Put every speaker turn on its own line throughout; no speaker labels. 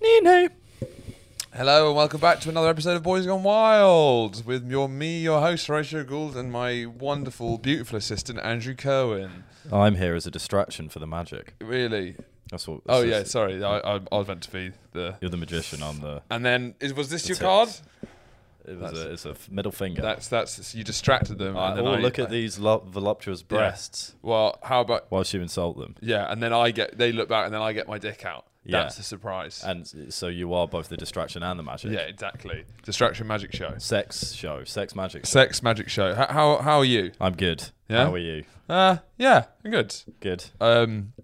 Nino.
Hello and welcome back to another episode of Boys Gone Wild with your me, your host Horatio Gould, and my wonderful, beautiful assistant Andrew Cohen.
I'm here as a distraction for the magic.
Really?
That's what.
Oh
this
yeah,
is-
sorry, I, I, I was meant to be the.
You're the magician. I'm the.
And then is, was this your
That's it.
card?
It was
That's-
a, it's a f- middle finger.
That's that's you distracted them.
Uh,
and then
oh,
I-
look at these lo- voluptuous breasts
Well, how about
whilst you insult them.
yeah? And then I get they look back, and then I get my dick out.
Yeah.
That's a surprise.
And s- so you are both the distraction and the magic.
yeah, exactly. Distraction magic show,
Sex show, sex magic. Show.
sex magic show. How how, how are you?
I'm good.
Yeah?
How are you?
Uh, yeah, I'm good.
Good.
Um,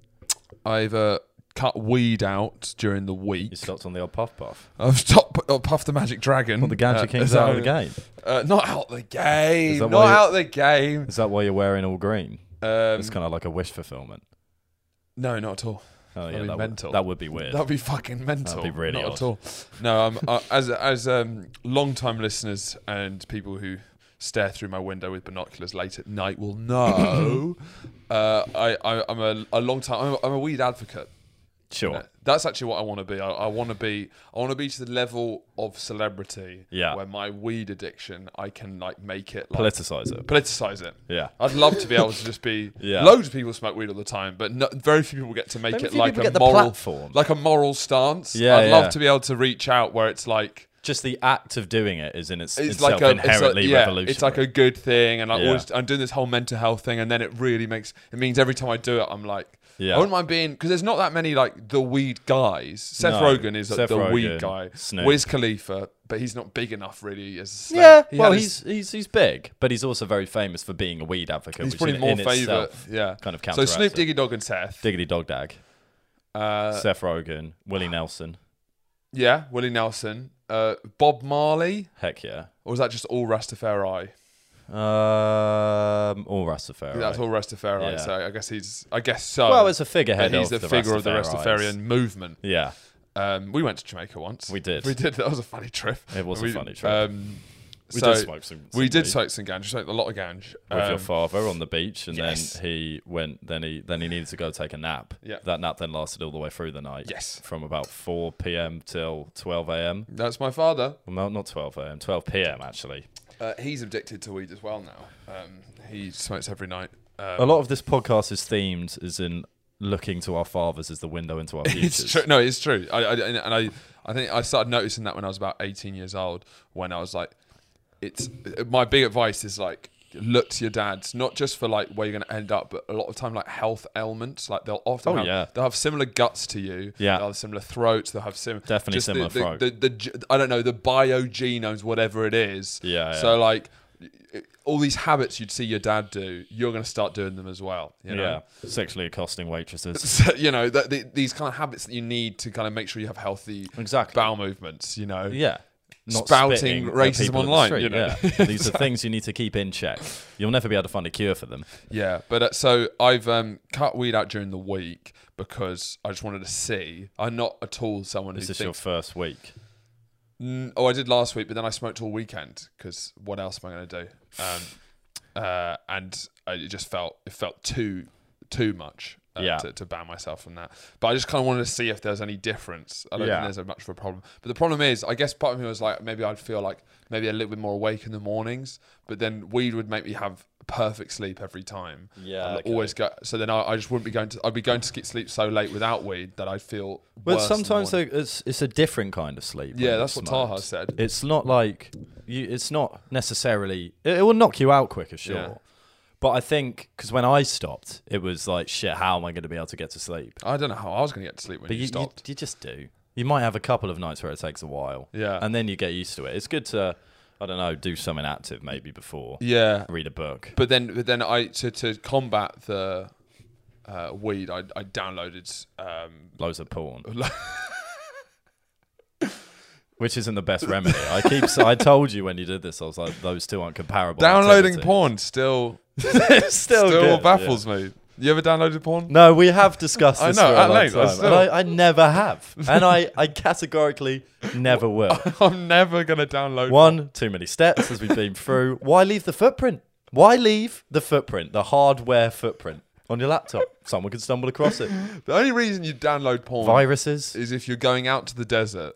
I've uh, cut weed out during the
You
week.
stopped on the old puff puff.
I've top uh, puff the magic dragon. Uh,
The gadget king's
so-
out of the game.
Uh, not out the game.
Is
Not
that why you-
out the game.
Is that why you're wearing all green?
Um,
It's kind of like a wish fulfillment.
no, not at all.
Oh yeah,
be
that
mental.
would that would be weird.
That'd be fucking mental.
That'd be really
not
odd.
at all. No, um, uh, as as um, long time listeners and people who stare through my window with binoculars late at night will know. uh, I, I I'm a, a long time. I'm a, I'm a weed advocate.
sure.
Uh, That's actually what I want to be. I, I want to be. I want to be to the level of celebrity.
Yeah.
Where my weed addiction, I can like make it like,
Politicize it.
politicize it.
Yeah.
I'd love to be able to just be.
Yeah.
Loads of people smoke weed all the time, but no, very few people get to make
Very
it
few
like
people
a
get the
moral,
platform.
like a moral stance.
Yeah,
I'd love
yeah.
to be able to reach out where it's like.
Just the act of doing it is in its,
It's
itself
like a
inherently
it's like,
revolutionary.
It's like a good thing, and I
Yeah.
always, I'm doing this whole mental health thing, and then it really makes it means every time I do it, I'm like,
Yeah.
I wouldn't mind being because there's not that many like the weed guys. Seth
No.
Rogen is like,
Seth
the weed
Rogen,
guy.
Snoop.
Wiz Khalifa, but he's not big enough really as a Snoop.
yeah,
He
well,
had his-
he's, he's he's big, but he's also very famous for being a weed advocate.
he's
which
probably
in,
more
in
favourite.
itself
Yeah,
kind of
so
counteracts it.
Snoop Diggy Dog and Seth.
Diggity Dog Dag,
Uh,
Seth Rogen, Willie Nelson.
yeah, Willie Nelson, uh, Bob Marley,
Heck yeah.
or was that just all Rastafari?
Um, all Rastafari.
That's all Rastafari.
Yeah.
So I guess he's. I guess so.
well, it's a figurehead.
but he's the,
of the
figure of the
Rastafaris.
Rastafarian movement.
Yeah,
Um, we went to Jamaica once.
We did.
We did. That was a funny trip.
It was a
We-
funny trip.
Um,
we
so
did smoke some. some
we did
weed
smoke some ganj. We smoked a lot of ganj.
with your
Um,
father on the beach, and
yes.
then he went. Then he then he needed to go take a nap.
Yeah.
That nap then lasted all the way through the night.
Yes.
From about four p.m. till twelve a.m.
that's my father.
Well, no, not twelve a.m. Twelve p.m. Actually.
Uh, he's addicted to weed as well now. Um, he smokes every night. Um,
A lot of this podcast is themed as in looking to our fathers as the window into our futures.
It's true. No, it's true. I, I, and and I, I think I started noticing that when I was about 18 years old. When I was like, it's my big advice is like look to your dads, not just for like where you're going to end up, but a lot of time like health ailments. Like they'll often
Oh,
have,
yeah.
they'll have similar guts to you.
Yeah.
they'll have similar throats. They'll have similar
Definitely
the-
similar
the,
throat.
The, the, ge- I don't know the biogenomes, whatever it is.
Yeah,
So like. All these habits you'd see your dad do, you're going to start doing them as well. You know?
Yeah. Sexually accosting waitresses.
so, you know that the, these kind of habits that you need to kind of make sure you have healthy
Exactly.
bowel movements you know
yeah.
Spouting
spitting at
racism
people in the
online,
street,
you know.
yeah. These are things you need to keep in check. You'll never be able to find a cure for them.
yeah but uh, so i've um, cut weed out during the week because i just wanted to see i'm not at all someone who
Is this your
thinks
first week?
"Mm, oh i did last week but then i smoked all weekend because what else am i going to do um, uh, and I, it just felt it felt too too much uh,
Yeah.
to, to ban myself from that but i just kind of wanted to see if there's any difference i don't
Yeah.
think there's a much of a problem but the problem is i guess part of me was like maybe i'd feel like maybe a little bit more awake in the mornings but then weed would make me have perfect sleep every time
Yeah,
I'd
okay.
always go so then I, I just wouldn't be going to i'd be going to sk- sleep so late without weed that i'd feel
But
worse in the
sometimes
morning.
it's it's a different kind of sleep.
yeah that's what taha said
It's not like you. It's not necessarily. It, it will knock you out quicker, sure.
Yeah.
But I think because when I stopped, it was like shit. How am I going to be able to get to sleep?
i don't know how i was going to get to sleep when
But
you,
you, you,
stopped
you just do. You might have a couple of nights where it takes a while.
Yeah.
And then you get used to it. It's good to, I don't know, do something active maybe before.
yeah
Read a book.
But then, but then I to to combat the uh, weed, I, I downloaded. Um,
Loads of porn. Which isn't the best remedy. I keep. s- I told you when you did this, I was like, those two aren't comparable.
downloading
activities.
porn still
It's still,
still,
good,
baffles
yeah.
me. You ever downloaded porn?
No, we have discussed
I
this.
know,
for a
at
long
length, I
time,
still-
and I, I never have, and I, I categorically never will.
I'm never gonna download.
One, too many steps as we've been through. Why leave the footprint? Why leave the footprint, the hardware footprint? on your laptop. Someone could stumble across it.
The only reason you download porn
Viruses.
is if you're going out to the desert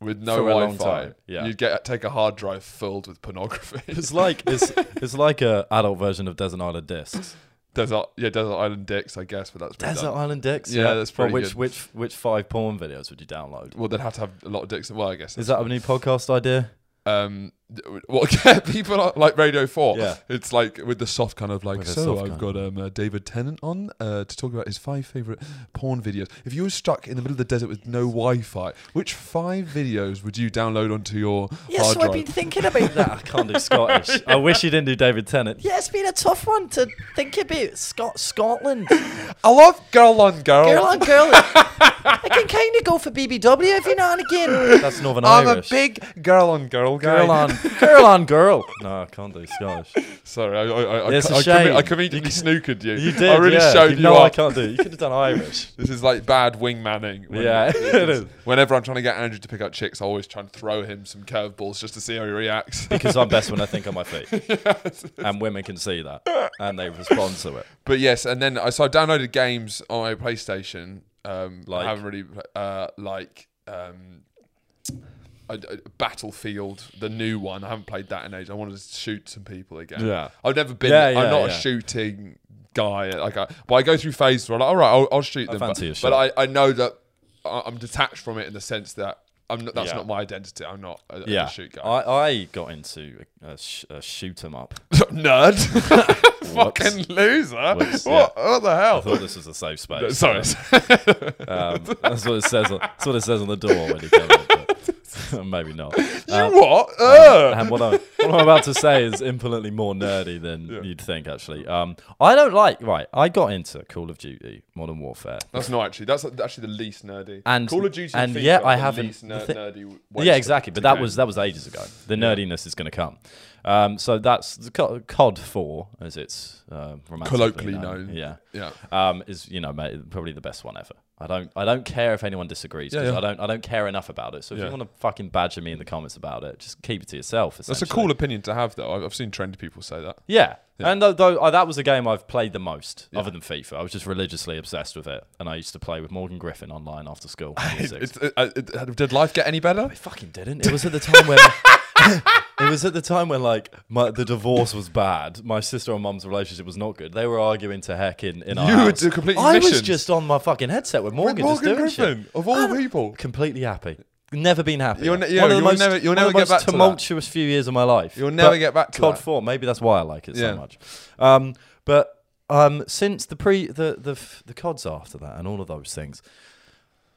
with no
For a long
Wi-Fi.
time, yeah.
You'd get take a hard drive filled with pornography.
It's like it's it's like a adult version of Desert Island Discs.
desert, yeah, desert island dicks, I guess, but that's been
Desert
done.
Island Discs.
Yeah, that's
Well,
pretty
which
good.
which which five porn videos would you download?
Well, they'd have to have a lot of dicks. Well, I guess.
Is
that's-
that a new podcast idea?
um, th- what people are, like Radio Four?
Yeah.
it's like with the soft kind of like.
With a
so
soft
I've
kind.
got um uh, David Tennant on uh, to talk about his five favorite porn videos. If you were stuck in the middle of the desert with no Wi-Fi, which five videos would you download onto your hard drive?
thinking about that. I can't do Scottish. I wish you didn't do David Tennant. Yeah, it's been a tough one to think about. Scot- Scotland.
I love girl on girl.
Girl on girl. I can kind of go for BBW every now and again.
That's Northern
I'm
Irish.
a big girl on girl guy.
girl on girl on girl. No, I can't do Scottish.
Sorry, I, I, I, I,
It's a
I, commi-
shame.
I conveniently snookered you.
You did.
I really
yeah.
showed
you
you
know I
up.
can't do. it. You could have done Irish.
This is like bad wingmanning. when-
Yeah, it
this
is.
Whenever I'm trying to get Andrew to pick up chicks, I always try and throw him some curveballs just to see how he reacts.
Because I'm best when I think on my feet, and women can see that, and they respond to it.
but yes, and then I so I downloaded games on my PlayStation. Um,
Like?
I haven't really uh, like um, I, I- Battlefield, the new one. I haven't played that in ages. I wanted to shoot some people again.
Yeah.
I've never been.
Yeah, yeah,
I'm not
yeah.
a shooting guy. Like, I, but I go through phases where I'm like, all right, I'll, I'll shoot them.
fancy a
but
shot.
but I, I know that I- I'm detached from it in the sense that I'm not. That's
Yeah.
not my identity. I'm not a,
Yeah,
a shoot guy.
I, I got into a, a, sh- a shoot 'em up.
Nerd. Fucking loser.
Whoops,
what? What the
I
hell?
thought this was a safe space.
Sorry.
Um, that's what it says. On, that's what it says on the door when you come in. But maybe not. Um,
what? Ugh.
and what, I, what I'm about to say is infinitely more nerdy than you'd think. Actually, um, I don't like. Right, I got into Call of Duty Modern Warfare.
That's not actually. That's actually the least nerardy.
And-
Call of Duty
and
FIFA
yeah,
are
I
the
haven't-
Least
the
ner-
thi-
nerdy.
yeah,
ways
exactly.
to
But that
go.
was that was ages ago. The nerdiness is going to come. Um, so that's the Co- COD Four, as it's uh, romantically
Colloquially known.
Yeah.
Yeah.
Um, is you know ma- probably the best one ever. I don't I don't care if anyone disagrees because
yeah.
I don't I don't care enough about it. So if you
Yeah.
want to fucking badger me in the comments about it, just keep it to yourself.
That's a
essentially.
cool opinion to have, though. I've, I've seen trendy people say that.
Yeah. And though, though uh, that was a game I've played the most, other than FIFA, I was just religiously obsessed with it, and I used to play with Morgan Griffin online after school. when I was six.
It's, it, it, it- did life get any better?
It fucking didn't. It was at the time when it was at the time when like my, the divorce was bad. My sister and mum's relationship was not good. They were arguing to heck in in our
You were
house.
d- completely
I was
missioned.
just on my fucking headset with Morgan, just
Morgan
doing
Griffin,
shit.
of all
And
people.
completely happy. Never been happy.
You'll ne- you know, you'll never- you'll
one of
never
the
get
most
back to that.
tumultuous few years of my life.
You'll never
But
get back to
COD
that.
Four. Maybe that's why I like it
Yeah.
so much. Um, but um, since the pre the the f- the cods after that and all of those things.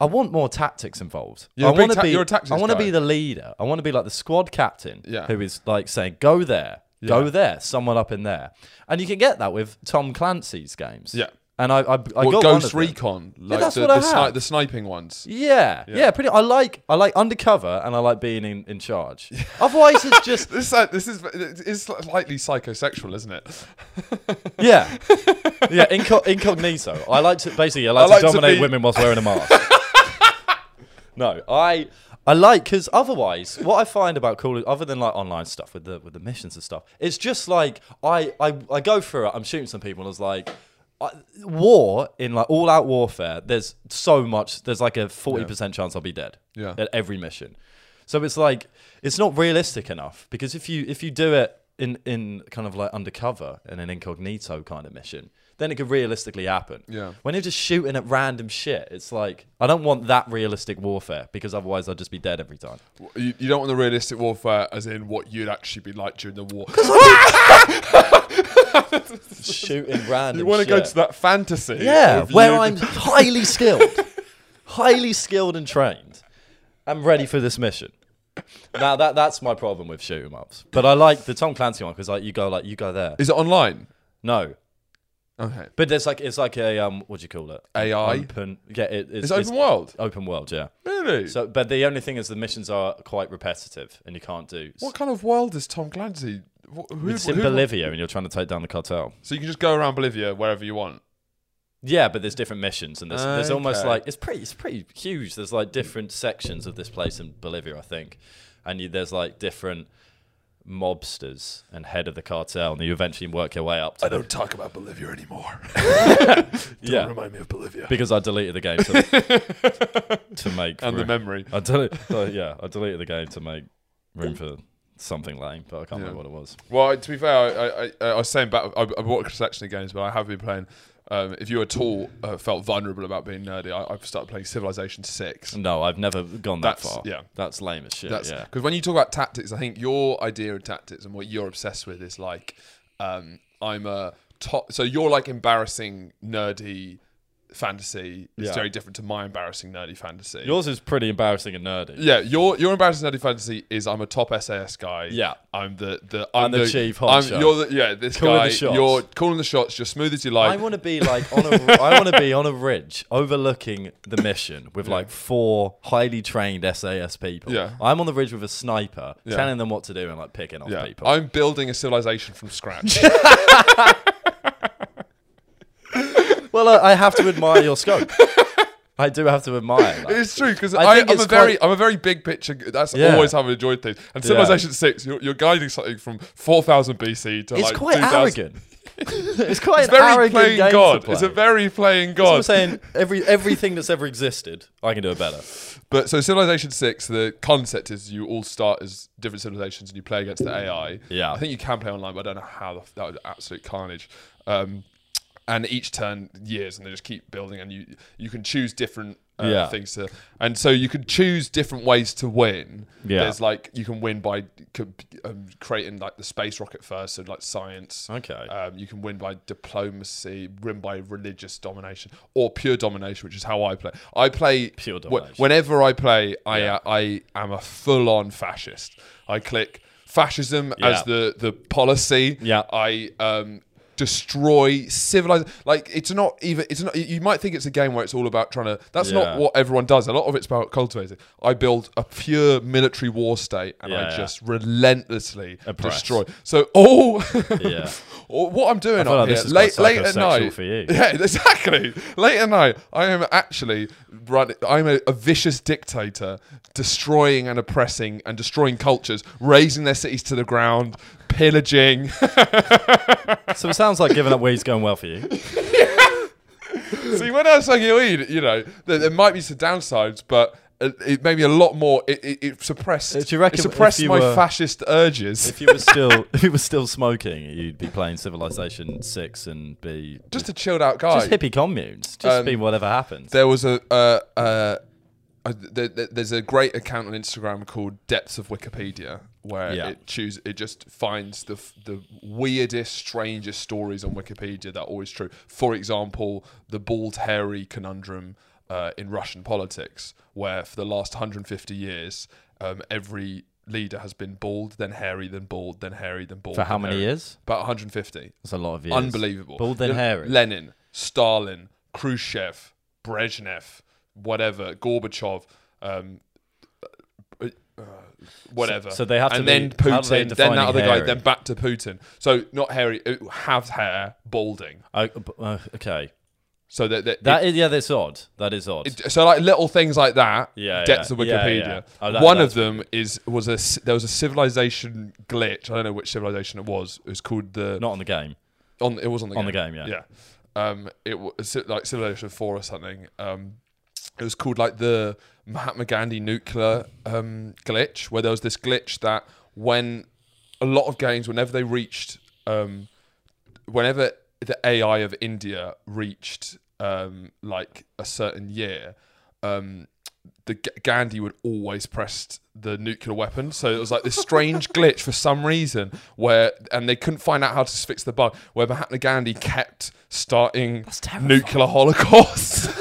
I want more tactics involved. I
You're a big
want to
ta-
be.
you're a tactics
I want to
guy.
be the leader. I want to be like the squad captain
Yeah.
who is like saying, go there, go
Yeah.
there, someone up in there. And you can get that with Tom Clancy's games.
Yeah.
And I, I, I
Or
got one of
Ghost
them.
Recon, like
that's
the,
what I
the,
have.
the sniping ones.
Yeah, yeah, pretty. I like I like undercover and I like being in, in charge. Otherwise, it's just
This uh, this is it's slightly psychosexual, isn't it?
yeah, yeah. Inco- incognito. I like to basically I like,
I like
to
to
dominate
be-
women whilst wearing a mask. no, I I like because otherwise, what I find about Call of, other than like online stuff with the with the missions and stuff, it's just like I I, I go through it. I'm shooting some people. and It's like. I, war in like all out warfare there's so much there's like a 40% chance i'll be dead
Yeah.
at every mission so it's like it's not realistic enough because if you if you do it in in kind of like undercover in an incognito kind of mission then it could realistically happen
Yeah.
when you're just shooting at random shit it's like i don't want that realistic warfare because otherwise i'd just be dead every time
You, you don't want the realistic warfare, as in what you'd actually be like during the war.
shooting random
You want to
shit.
go to that fantasy?
yeah
of
where
you-
i'm highly skilled highly skilled and trained i'm ready for this mission now that that's my problem with shoot 'em ups but i like the tom clancy one because like you go like you go there
Is it online?
no
Okay. Um,
But there's like it's like a um what do you call it?
AI?
Open yeah it, it's,
It's open world.
Open world, yeah.
Really?
So but the only thing is the missions are quite repetitive and you can't do
what kind of world is Tom Clancy? Wh- Who,
it's in
who-
Bolivia and you're trying to take down the cartel.
So you can just go around Bolivia wherever you want.
Yeah, but there's different missions and there's there's almost
Okay.
like it's pretty it's pretty huge. There's like different sections of this place in Bolivia, I think. And you, there's like different mobsters and head of the cartel, and you eventually work your way up to
I don't talk about Bolivia anymore.
yeah.
Remind me of Bolivia.
because I deleted the game to, to make
and the
room-
memory.
I del- uh, yeah, I deleted the game to make room for something lame, but I can't
Yeah.
remember what it was.
Well, I- to be fair, I, I, I, I was saying back, I, I bought a selection of games, but I have been playing. Um, if you at all uh, felt vulnerable about being nerdy, I, I've started playing Civilization Six.
No, I've never gone that
That's-
far.
yeah.
that's lame as shit.
That's
Mm, yeah,
because when you talk about tactics, I think your idea of tactics and what you're obsessed with is like, um, I'm a top. So you're like embarrassing nerdy fantasy. It's
Yeah.
very different to my embarrassing nerdy fantasy.
yours is pretty embarrassing and nerdy.
yeah, your your embarrassing nerdy fantasy is I'm a top SAS guy.
Yeah.
I'm the the I'm
the chief
I'm,
honcho.
you're the, yeah this
Calling the
guy.
shots.
You're calling the shots. You're smooth as you like.
I want to be like on a I want to be on a ridge overlooking the mission with like four highly trained SAS people.
Yeah.
I'm on the ridge with a sniper,
Yeah.
telling them what to do and like picking off
yeah,
people.
I'm building a civilization from scratch.
well, I, I have to admire your scope. I do have to admire. That.
It's true because
I
I'm
think
a
it's
very,
quite-
I'm a very big picture. g- That's
Yeah.
always how I've enjoyed things. And Civilization Six, you're, you're guiding something from 4000 BC to
It's
like
quite
2000.
arrogant. it's quite
It's
an
very
arrogant
playing
game
God.
To play.
It's a very playing
That's what I'm
God.
saying every everything that's ever existed, I can do it better.
But so Civilization Six, the concept is you all start as different civilizations and you play against the AI.
Yeah.
I think you can play online, but I don't know how the f- that would absolute carnage. Um, and each turn years, and they just keep building, and you you can choose different uh,
Yeah.
things to, and so you can choose different ways to win.
Yeah.
There's like you can win by co- um, creating like the space rocket first, so like science.
Okay.
Um, you can win by diplomacy, win by religious domination, or pure domination, which is how I play. I play
Pure
wh-
domination.
whenever I play, I uh, I am a full on fascist. I click fascism
Yeah.
as the the policy.
Yeah.
I um destroy civilized like it's not even it's not you might think it's a game where it's all about trying to that's
Yeah.
not what everyone does a lot of it's about cultivating i build a pure military war state and
Yeah,
i
yeah.
just relentlessly
Oppress.
destroy so oh, all
Yeah.
Or what I'm doing
feel
up
like
here,
this is
late,
quite
late at
psychosexual
night.
for you.
Yeah, exactly. Late at night, I am actually running. I'm a, a vicious dictator, destroying and oppressing and destroying cultures, raising their cities to the ground, pillaging.
So it sounds like giving up weed's going well for you.
See, when I was like you eat, you know, there, there might be some downsides, but. It it made me a lot more. It, it, it suppressed.
Uh, Do you reckon
it
if
suppressed
you
my
were-
fascist urges.
If you were still if you were still smoking, you'd be playing Civilization Six and be
just a chilled out guy.
just hippie communes. Just
Um,
be whatever happens.
There was a uh, uh, uh, there, there- there's a great account on Instagram called Depths of Wikipedia where
Yeah.
it choose it just finds the f- the weirdest, strangest stories on Wikipedia that are always true. For example, the bald hairy conundrum uh, in Russian politics, where for the last 150 years, um, every leader has been bald, then hairy, then bald, then hairy, then bald.
For how
then
many
hairy.
years?
About 150.
That's a lot of years.
Unbelievable.
Bald then
You know,
hairy.
Lenin, Stalin, Khrushchev, Brezhnev, whatever, Gorbachev, um, uh, uh, whatever.
So- so they have to
and
be-
then
how do
Putin,
they
then that
define
other guy,
hairy?
then back to Putin. So not hairy, uh, have hair, balding.
I- b- uh, okay.
So that, that,
That is yeah. That's odd. That is odd.
it- so like little things like that.
Yeah,
Depths
yeah.
of
Yeah,
Wikipedia.
yeah. Oh, that-
One of
that's
them is was a c- there was a civilization glitch. I don't know which civilization it was. It was called the
Not on the game.
on it was on the
On
game.
the game, yeah.
yeah. Um, it was si- like Civilization Four or something. Um, it was called like the Mahatma Gandhi nuclear um, glitch, where there was this glitch that when a lot of games, whenever they reached, um, whenever the AI of India reached um, like a certain year, um, the G- Gandhi would always press the nuclear weapon. So it was like this strange glitch for some reason where, and they couldn't find out how to fix the bug, where Mahatma Gandhi kept starting
terrifying.
nuclear holocaust.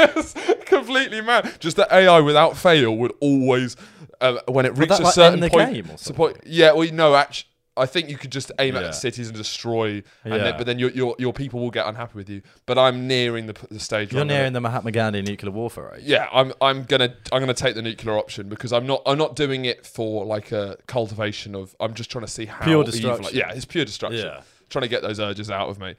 It's completely mad. Just the AI without fail would always, uh, when it reached
that,
a
like,
certain
end the
point,
game or
it's a point- Yeah, well, no, actually, I think you could just aim
Yeah.
at cities and destroy, and
Yeah.
then, but then your, your your people will get unhappy with you. But I'm nearing the, p- the stage. where
You're
I'm gonna-
nearing the Mahatma Gandhi nuclear warfare age.
yeah, I'm I'm gonna I'm gonna take the nuclear option because I'm not I'm not doing it for like a cultivation of I'm just trying to see how
Pure
evil-
destruction.
yeah, it's pure destruction.
Yeah.
Trying to get those urges out of me.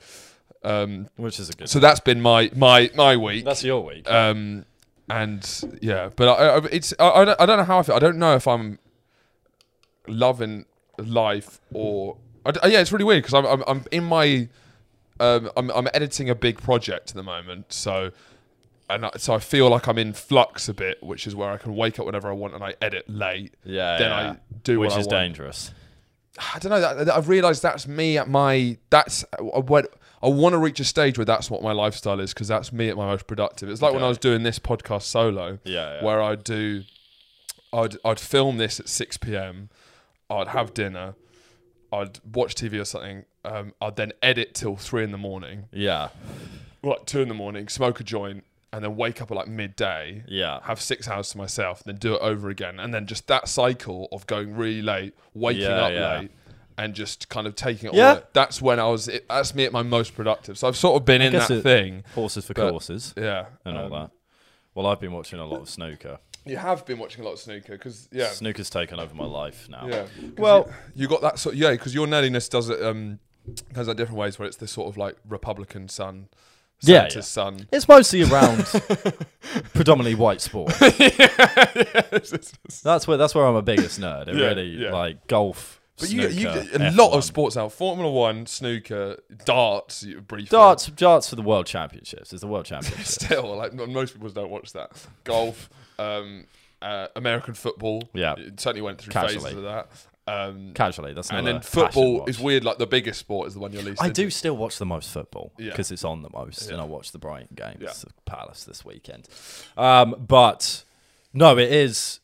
Um,
Which is a good.
so that's been my my my week.
that's your week.
um, and yeah, but I, I it's I, I don't- I don't know how I feel. I don't know if I'm loving life or I d- yeah, it's really weird because I'm, I'm I'm in my um I'm I'm editing a big project at the moment, so. And I, so I feel like I'm in flux a bit, which is where I can wake up whenever I want and I edit late.
Yeah,
then
yeah.
I do
which
what I
is
want.
dangerous.
I don't know. That, that- I've realised that's me at my. That's I went. I want to reach a stage where that's what my lifestyle is because that's me at my most productive. It's like when I
Okay.
was doing this podcast solo,
Yeah, yeah.
where I'd do, I'd I'd film this at six p.m. I'd have dinner, I'd watch TV or something. Um, I'd then edit till three in the morning,
Yeah,
well, like two in the morning, smoke a joint, and then wake up at like midday
yeah,
have six hours to myself, then do it over again, and then just that cycle of going really late, waking
Yeah,
up
yeah.
late, and just kind of taking it.
Yeah.
all in. that's when I was. It, that's me at my most productive. So I've sort of been in
guess
that
it-
thing.
horses for
But-
courses
Yeah,
and
Um,
all that. Well, I've been watching a lot of snooker.
You have been watching a lot of snooker because yeah,
Snooker's taken over my life now.
yeah. 'Cause
Well-
you, you got that sort. Yeah, because your nerdiness does it. Um, goes out different ways where it's this sort of like Republican son,
Yeah,
Santa's
yeah.
son.
It's mostly around predominantly white sport. That's where that's where I'm a biggest nerd. It
Yeah,
really
yeah.
like golf.
But you, you
snooker,
a lot
F1.
of sports now. Formula One, snooker, darts. You briefly.
darts. Darts for the world championships. It's the world championships.
still like m- most people don't watch that golf um uh, american football
Yeah.
it certainly went through
Casually.
phases of that um
Casually, that's not.
and
a
then
passion
football
watch.
is weird like the biggest sport is the one you're least
I
into.
do still watch the most football
Yeah.
because it's on the most, and I watch the Brighton games,
Yeah.
Palace this weekend. Um, but no, it is.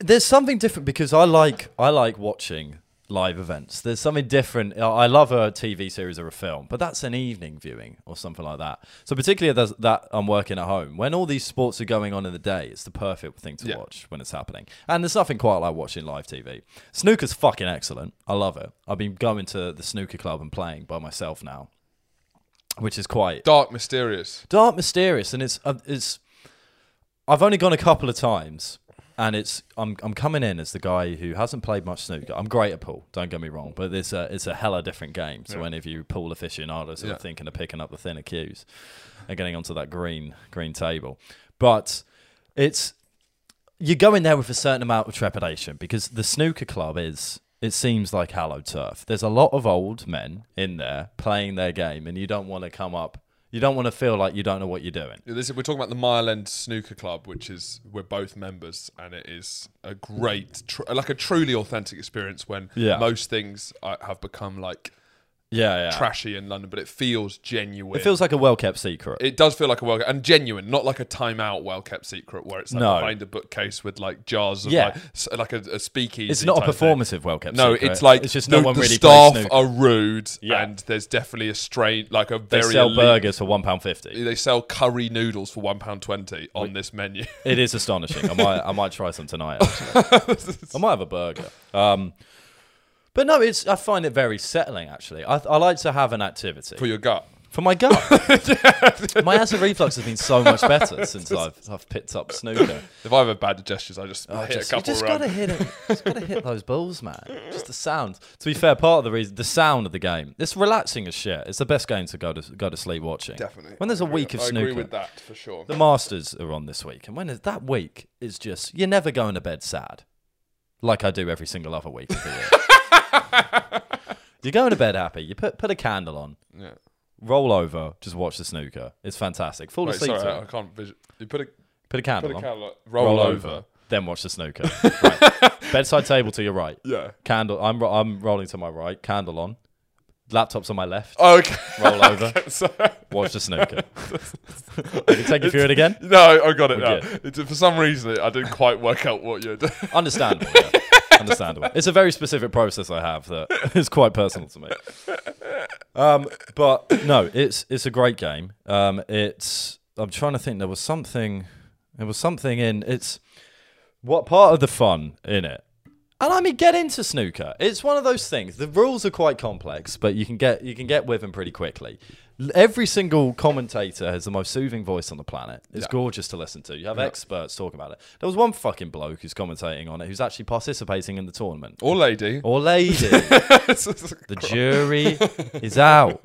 There's something different because I like I like watching live events. There's something different. I I love a TV series or a film, but that's an evening viewing or something like that. So particularly there's that I'm working at home when all these sports are going on in the day, it's the perfect thing to
Yeah.
watch when it's happening. And there's nothing quite like watching live TV. Snooker's fucking excellent. I love it. I've been going to the snooker club and playing by myself now, which is quite
dark mysterious
dark, mysterious, and it's uh, it's. I've only gone a couple of times, and it's I'm I'm coming in as the guy who hasn't played much snooker. I'm great at pool, don't get me wrong, but it's a it's a hella different game. So any of you pool aficionados
Yeah.
are thinking of picking up the thinner cues and getting onto that green green table, but it's you go in there with a certain amount of trepidation because the snooker club is it seems like hallowed turf. There's a lot of old men in there playing their game, and you don't want to come up. You don't want to feel like you don't know what you're doing.
Yeah, this, we're talking about the Mile End Snooker Club, which is we're both members, and it is a great, tr- like a truly authentic experience. When
Yeah.
most things uh, have become like
Yeah, yeah.
trashy in London, but it feels genuine.
It feels like a well kept secret.
It does feel like a well and genuine, not like a timeout well kept secret where it's like
No.
behind a bookcase with like jars of
Yeah.
like s- like a, a speakeasy.
it's not a
type thing.
performative well kept
No,
secret.
it's like
it's just
the,
no one
the
really
staff
plays snooker.
are rude,
Yeah.
and there's definitely a strain like a
They
very
sell
elite-
burgers for one pound fifty.
They sell curry noodles for one pound twenty on this menu.
It is astonishing. I might I might try some tonight. Actually. I might have a burger. Um, but no, it's I find it very settling. Actually, I, I like to have an activity.
for your gut.
For my gut. my acid reflux has been so much better since I've, I've picked up snooker.
If I have a bad digestion, I just hit
Oh, Just-
a
you
couple
just
around.
gotta hit it. Just gotta hit those balls, man. Just the sound. To be fair, part of the reason the sound of the game. It's relaxing as shit. It's the best game to go to go to sleep watching.
Definitely.
When there's a
I agree-
week of
I
snooker,
agree with that for sure.
the Masters are on this week, and when is that week is just you're never going to bed sad, like I do every single other week of the year. you're going to bed happy. You put put a candle on,
yeah.
roll over, just watch the snooker. It's fantastic. Fall
Wait,
asleep.
sorry,
to
I,
it.
I can't. Vision. You put a
Put a candle
put a
on.
candle, roll, over.
Then watch the snooker. Right. Bedside table to your right.
Yeah.
Candle. I'm ro- I'm rolling to my right. Candle on. Laptops on my left.
Okay.
Roll over.
so.
Watch the snooker. I can take you through it again.
No, I got it now.
good.
It's, for some reason, I didn't quite work out what you're doing.
Understandable. yeah. Understandable. It's a very specific process I have that is quite personal to me. Um, but no, it's it's a great game. Um, it's I'm trying to think. There was something. There was something in it's what part of the fun in it. And I mean, get into snooker. It's one of those things. The rules are quite complex, but you can get you can get with them pretty quickly. L- Every single commentator has the most soothing voice on the planet. It's gorgeous to listen to. You have experts talking about it. There was one fucking bloke who's commentating on it who's actually participating in the tournament.
Or lady.
Or lady. The jury is out.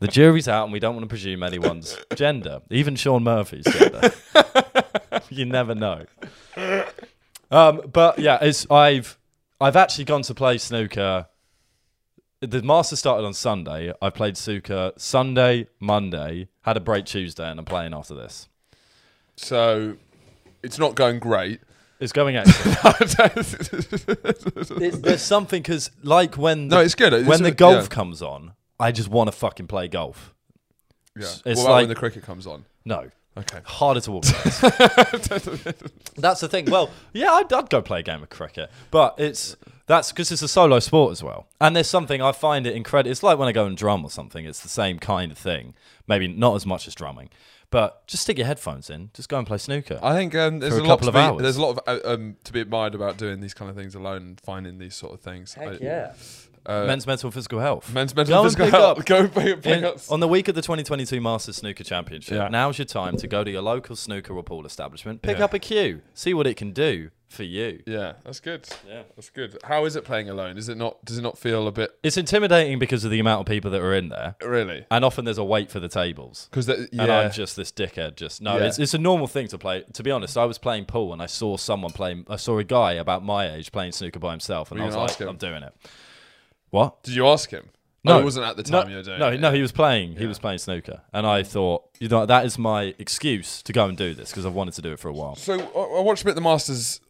The jury's out, and we don't want to presume anyone's gender, even Sean Murphy's gender. you never know. Um, but yeah, it's I've I've actually gone to play snooker. The master started on Sunday. I played snooker Sunday, Monday, had a break Tuesday, and I'm playing after this.
So it's not going great.
It's going excellent. It's- there's something because like when the,
No, it's good. It's-
when the
yeah.
golf comes on, I just want to fucking play golf.
yeah.
it's
what about
like-
when the cricket comes on?
No,
Okay.
harder to organise. that's the thing. Well, yeah, I'd, I'd go play a game of cricket, but it's that's because it's a solo sport as well. And there's something I find it incredible. It's like when I go and drum or something. It's the same kind of thing. Maybe not as much as drumming, but just stick your headphones in. Just go and play snooker.
I think um, there's
For
a,
a
lot
couple
to
of
be,
hours.
There's a lot of uh, um, to be admired about doing these kind of things alone and finding these sort of things. I- Uh,
Men's mental and physical health.
men's
Go
mental
and
physical
pick
health.
up
Go and pick, pick
In-
up.
on the week of the 2022 Masters Snooker Championship,
Yeah.
now's your time to go to your local snooker or pool establishment, pick
Yeah.
up a cue, see what it can do for you.
Yeah, that's good. Yeah, that's good. How is it playing alone? Is it not? Does it not feel a bit
It's intimidating because of the amount of people that are in there,
really?
and often there's a wait for the tables.
Because yeah,
Uh, And I'm just this dickhead. Just no,
Yeah.
it's, it's a normal thing to play. To be honest, I was playing pool and I saw someone playing. I saw a guy about my age playing snooker by himself, and I
Were you
was
gonna
like,
ask him?
I'm doing it. What?
did you ask him?
No,
oh, it wasn't at the time
no,
you were doing.
No,
it.
no, he was playing. He was playing snooker, and I thought, you know, that is my excuse to go and do this because I've wanted to do it for a while.
So I, I watched a bit of the Masters.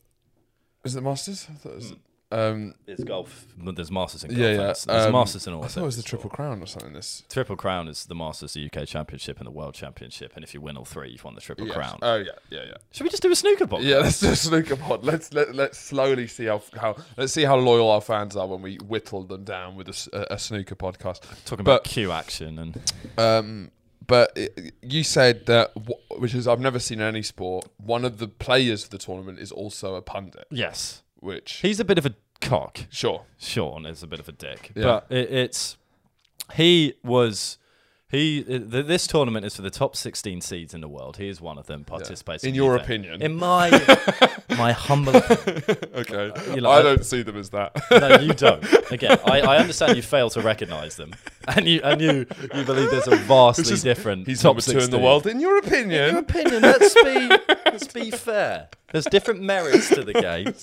Is it the Masters? I thought it was. Um,
It's golf. But there's masters in golf.
yeah,
and
yeah.
it's- There's
um,
masters in all.
I
this.
thought it was the Triple Crown or something. This
Triple Crown is the Masters, the UK Championship, and the World Championship. And if you win all three, you've won the Triple
Yes.
Crown.
Oh yeah, yeah, yeah.
Should we just do a snooker box?
Yeah, let's do a snooker pod. Let's let, let's slowly see how how let's see how loyal our fans are when we whittle them down with a, s- a- a snooker podcast.
Talking
But-
about cue action and
Um, but it, you said that, w- which is I've never seen in any sport. One of the players of the tournament is also a pundit,
yes,
which
he's a bit of a cock.
sure,
Sean is a bit of a dick,
Yeah.
but it, it's he was he. Th- this tournament is for the top 16 seeds in the world. He is one of them participating.
In your
the event.
opinion.
in my my humble. opinion.
okay.
you know,
I
I-
don't see them as that.
No, you don't. Again, I, I understand you fail to recognise them, and you and you you believe there's a vastly different.
he's
top
number two in
16.
the world. In your
In your
opinion,
opinion, let's be let's be fair. There's different merits to the game,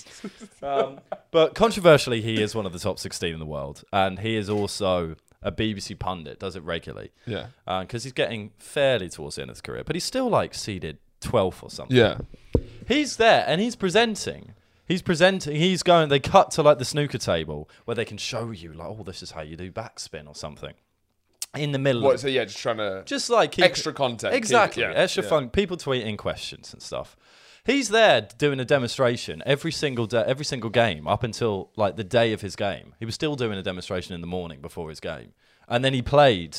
um, but controversially, he is one of the top 16 in the world, and he is also a BBC pundit. Does it regularly?
yeah,
because he's getting fairly towards the end of his career, but he's still like seeded 12th or something.
yeah.
He's there and he's presenting. He's presenting. He's going. They cut to like the snooker table where they can show you like, oh, this is how you do backspin or something. In the middle,
What?
of
So yeah, just trying to
just like keep-
Extra content, keep it-
exactly
yeah,
extra
yeah.
fun people tweeting questions and stuff he's there doing a demonstration every single day every single game up until like the day of his game he was still doing a demonstration in the morning before his game and then he played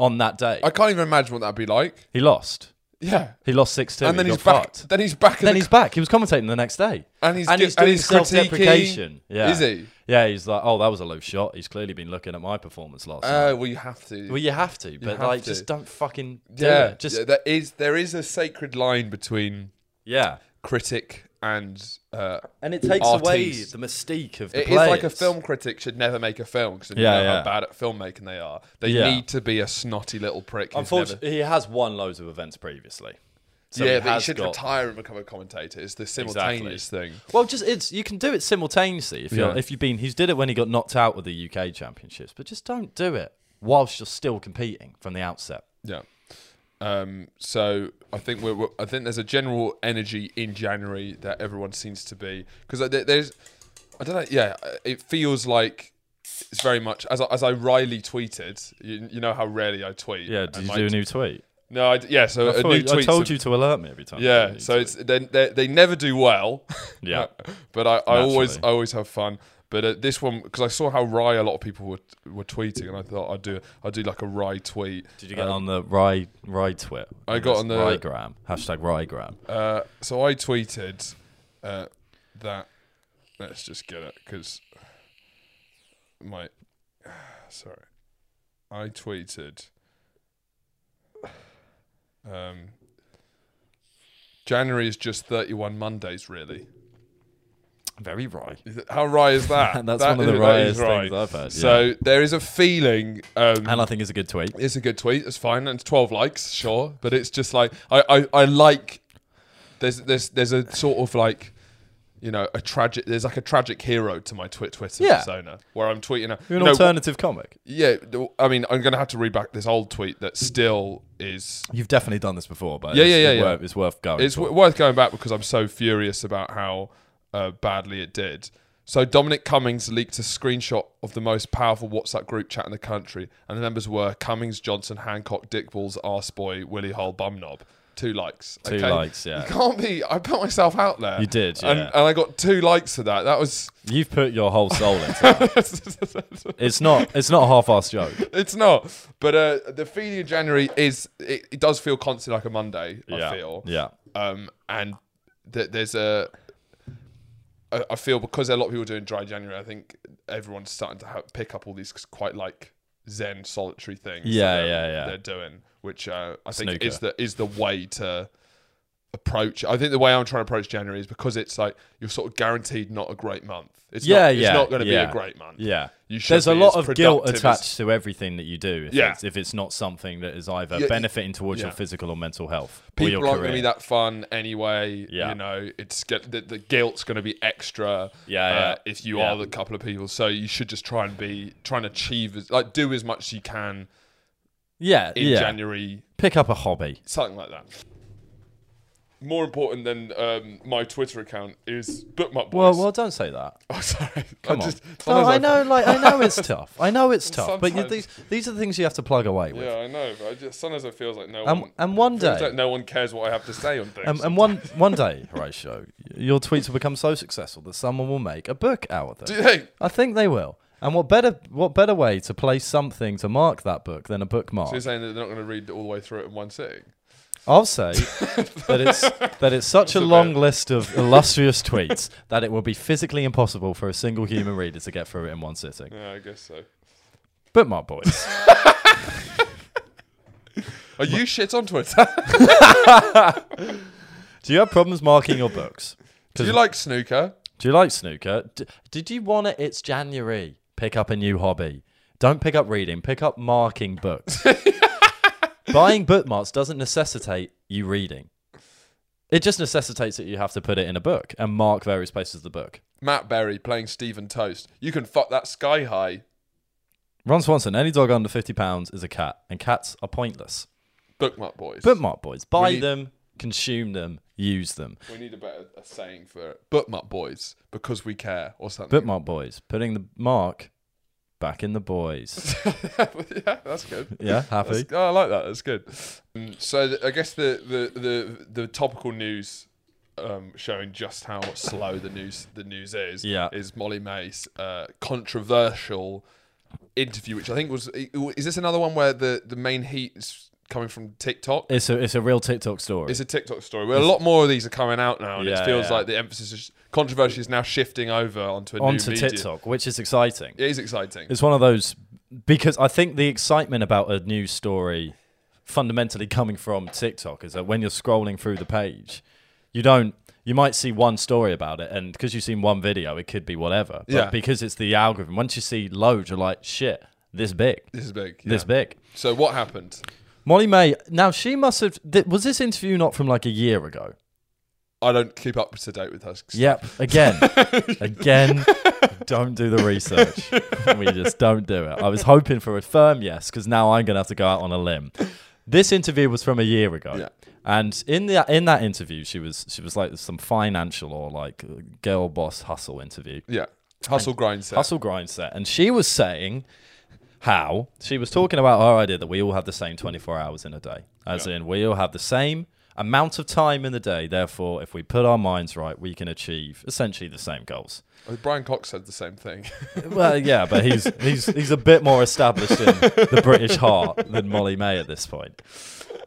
on that day
I can't even imagine what that'd be like.
he lost
Yeah.
he lost 6-2
And then
he
he's
got
back.
fucked.
Then he's back. in
then
the
he's back he was commentating the next day
And he's gi-
doing
and he's critiquing-
self-deprecation yeah
Is he?
yeah he's like oh that was a low shot he's clearly been looking at my performance last night
Oh well, you have to.
well you have to but
have
like
to.
just don't fucking do
yeah,
it just
yeah, there is there is a sacred line between
yeah.
critic and uh,
And it takes away
artiste.
the mystique of the
It is
players.
like a film critic should never make a film because
Yeah,
you know
yeah.
how bad at filmmaking they are. They
Yeah.
need to be a snotty little prick. who's
Unfortunately, he has won loads of events previously. So
never-
he
yeah, but he
has
should
got-
retire and become a commentator. It's the simultaneous thing.
Well, just it's you can do it simultaneously if you're
Yeah.
if you've been. He's did it when he got knocked out with the UK Championships, but just don't do it whilst you're still competing from the outset.
Yeah. Um, so I think we're, we're- I think there's a general energy in January that everyone seems to be because there, there's I don't know. Yeah, uh, it feels like it's very much as I, as I wryly tweeted. You, you know how rarely I tweet.
Yeah,
and
did you
my
do a new tweet?
No, I d yeah. So
I,
a new tweet.
told you to alert me every time.
Yeah. So it's they, they they never do well.
Yeah.
but I, I always I
Naturally.
always have fun. But uh, this one because I saw how wry a lot of people were were tweeting, and I thought I'd do I'd do like a wry tweet.
did you get on the Rye Rye twit?
I got on the-
Ryegram hashtag Ryegram.
Uh, so I tweeted uh, that. Let's just get it because my sorry, I tweeted. Um, January is just thirty-one Mondays, really.
Very Rye.
Is it- How wry is that?
That's
That
one of the
is- that
wryest
is
things
wry.
I've heard.
So
yeah.
there is a feeling. Um,
and I think it's a good tweet.
it's a good tweet. It's fine. And it's twelve likes, sure. But it's just like I, I, I like. There's there's there's a sort of like. you know, a tragic. There's like a tragic hero to my twi- Twitter
Yeah.
persona where I'm tweeting. A,
You're an
you know,
alternative comic.
Yeah, th- I mean, I'm gonna have to read back this old tweet that still is.
You've definitely done this before, but
Yeah,
it's,
yeah, yeah,
it's
yeah.
Worth, it's worth going.
It's
for.
w- worth going back because I'm so furious about how uh, badly it did. So Dominic Cummings leaked a screenshot of the most powerful WhatsApp group chat in the country, and the members were Cummings, Johnson, Hancock, Dickballs, Arseboy, Willie Hole, Bumnob. Two likes.
Two
okay?
likes, yeah.
You can't be. I put myself out there.
You did,
And,
yeah.
and I got two likes for that. That was.
You've put your whole soul into that. it's not. It's not a half-assed joke.
It's not. But uh, the feeling of January is it, it does feel constantly like a Monday.
yeah.
I feel.
Yeah.
Um, and th- there's a. I I feel because a lot of people are doing dry January. I think everyone's starting to ha pick up all these quite like Zen solitary things. that
Yeah,
they're-
yeah, yeah.
They're doing, which uh, I think
Snooker.
is the is the way to approach. I think the way I'm trying to approach January is because it's like you're sort of guaranteed not a great month. It's
Yeah,
not, It's
yeah,
not going to be
yeah.
a great month.
Yeah.
You should
There's a
be
lot
as
of guilt
productive as-
attached to everything that you do. If
Yeah.
It's, if it's not something that is either
Yeah,
benefiting towards
yeah.
your physical or mental health or your
people aren't
career.
going to be that fun anyway.
Yeah.
You know, it's get, the, the guilt's going to be extra.
Yeah,
uh,
yeah.
If you
Yeah.
are the couple of people, so you should just try and be trying to achieve as, like do as much as you can
yeah.
in
yeah.
January,
Pick up a hobby.
something like that. More important than um, my Twitter account is Bookmark Boys.
Well, well, don't say that.
oh, sorry.
Come on.
I just,
No,
sometimes
I know. Like I know it's tough. I know it's tough. But you,
Sometimes-
these these are the things you have to plug away with.
Yeah, I know. But I just, sometimes it feels like no
And-
one.
and one
it feels
day-
like no one cares what I have to say on things.
Um, and one one day, Horatio, your tweets will become so successful that someone will make a book out of them.
Do you think?
I think they will. And what better what better way to place something to mark that book than a bookmark?
You're saying that they're not going to read all the way through it in one sitting.
I'll say that it's that it's such a
a
long
bit-
list of illustrious tweets that it will be physically impossible for a single human reader to get through it in one sitting.
Yeah, I guess so.
Bookmark boys.
Are you shit on Twitter?
Do you have problems marking your books?
Do you like snooker?
Do you like snooker? D- did you want to? It's January. Pick up a new hobby. Don't pick up reading. Pick up marking books. Buying bookmarks doesn't necessitate you reading. It just necessitates that you have to put it in a book and mark various places of the book.
Matt Berry playing Stephen Toast. You can fuck that sky high.
Ron Swanson, any dog under 50 pounds is a cat, and cats are pointless.
Bookmark boys.
Bookmark boys, buy
need-
them, consume them, use them.
we need a better a saying for it. Bookmark boys because we care or something.
Bookmark boys, putting the mark back in the boys.
yeah, that's good.
Yeah, happy.
That's- oh, I like that. That's good. Um, so th- I guess the the the, the topical news. Um, showing just how slow the news the news is
Yeah.
is Molly May's uh, controversial interview, which I think was is this another one where the the main heat is coming from TikTok?
It's a, it's a real TikTok story.
It's a TikTok story. Well, a lot more of these are coming out now, and it
Yeah,
feels
yeah.
like the emphasis is controversy is now shifting over onto a
onto
new media.
TikTok, which is exciting.
It is exciting.
It's one of those because I think the excitement about a news story fundamentally coming from TikTok is that when you're scrolling through the page, you don't you might see one story about it and because you've seen one video, it could be whatever. But
Yeah.
because it's the algorithm, once you see loads, you're like, shit, this big.
this is big.
This
yeah.
big.
So what happened?
Molly May, now she must have th- was this interview not from like a year ago?
I don't keep up to date with her.
Yep. Again. Again. Don't do the research. we just don't do it. I was hoping for a firm yes because now I'm going to have to go out on a limb. This interview was from a year ago.
Yeah.
And in the in that interview, she was she was like some financial or like girl boss hustle interview.
Yeah. Hustle grind set.
Hustle grind set. And she was saying how she was talking about her idea that we all have the same 24 hours in a day. As in, we all have the same amount of time in the day. Therefore, if we put our minds right, we can achieve essentially the same goals.
Uh, Brian Cox said the same thing.
well, yeah, but he's, he's, he's a bit more established in the British heart than Molly May at this point.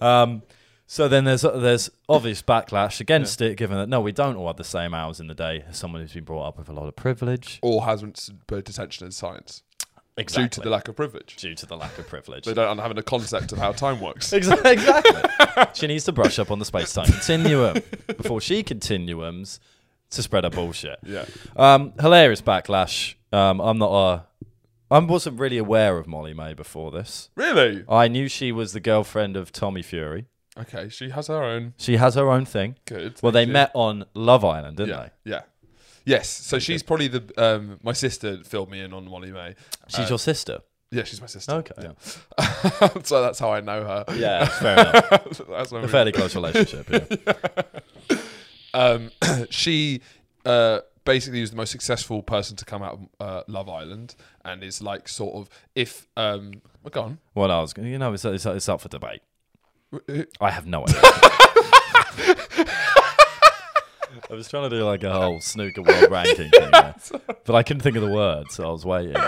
Um, so then there's there's obvious backlash against it, given that no, we don't all have the same hours in the day as someone who's been brought up with a lot of privilege.
All hazards for detention in science due to the lack of privilege.
due to the lack of privilege.
They don't have a concept of how time works.
Exa- Exactly. she needs to brush up on the space time continuum before she continuums to spread her bullshit.
Yeah.
Um, hilarious backlash. Um, I'm not a. I wasn't really aware of Molly May before this.
Really?
I knew she was the girlfriend of Tommy Fury.
Okay. She has her own.
She has her own thing.
Good.
Well, they
thank you.
met on Love Island, didn't
Yeah. Yeah. Yes. So she's probably the um, my sister filled me in on Molly May.
She's your sister.
Yeah, she's my sister.
Okay.
Yeah. so that's how I know her.
Yeah, fair enough.
that's when
A
we-
fairly close relationship. Yeah.
um, she uh, basically was the most successful person to come out of uh, Love Island, and is like sort of if um, well, go on.
Well, I was, gonna- you know, it's, it's, it's up for debate.
who-
I have no idea. I was trying to do like a whole snooker world ranking thing, there, but I couldn't think of the word, so I was waiting.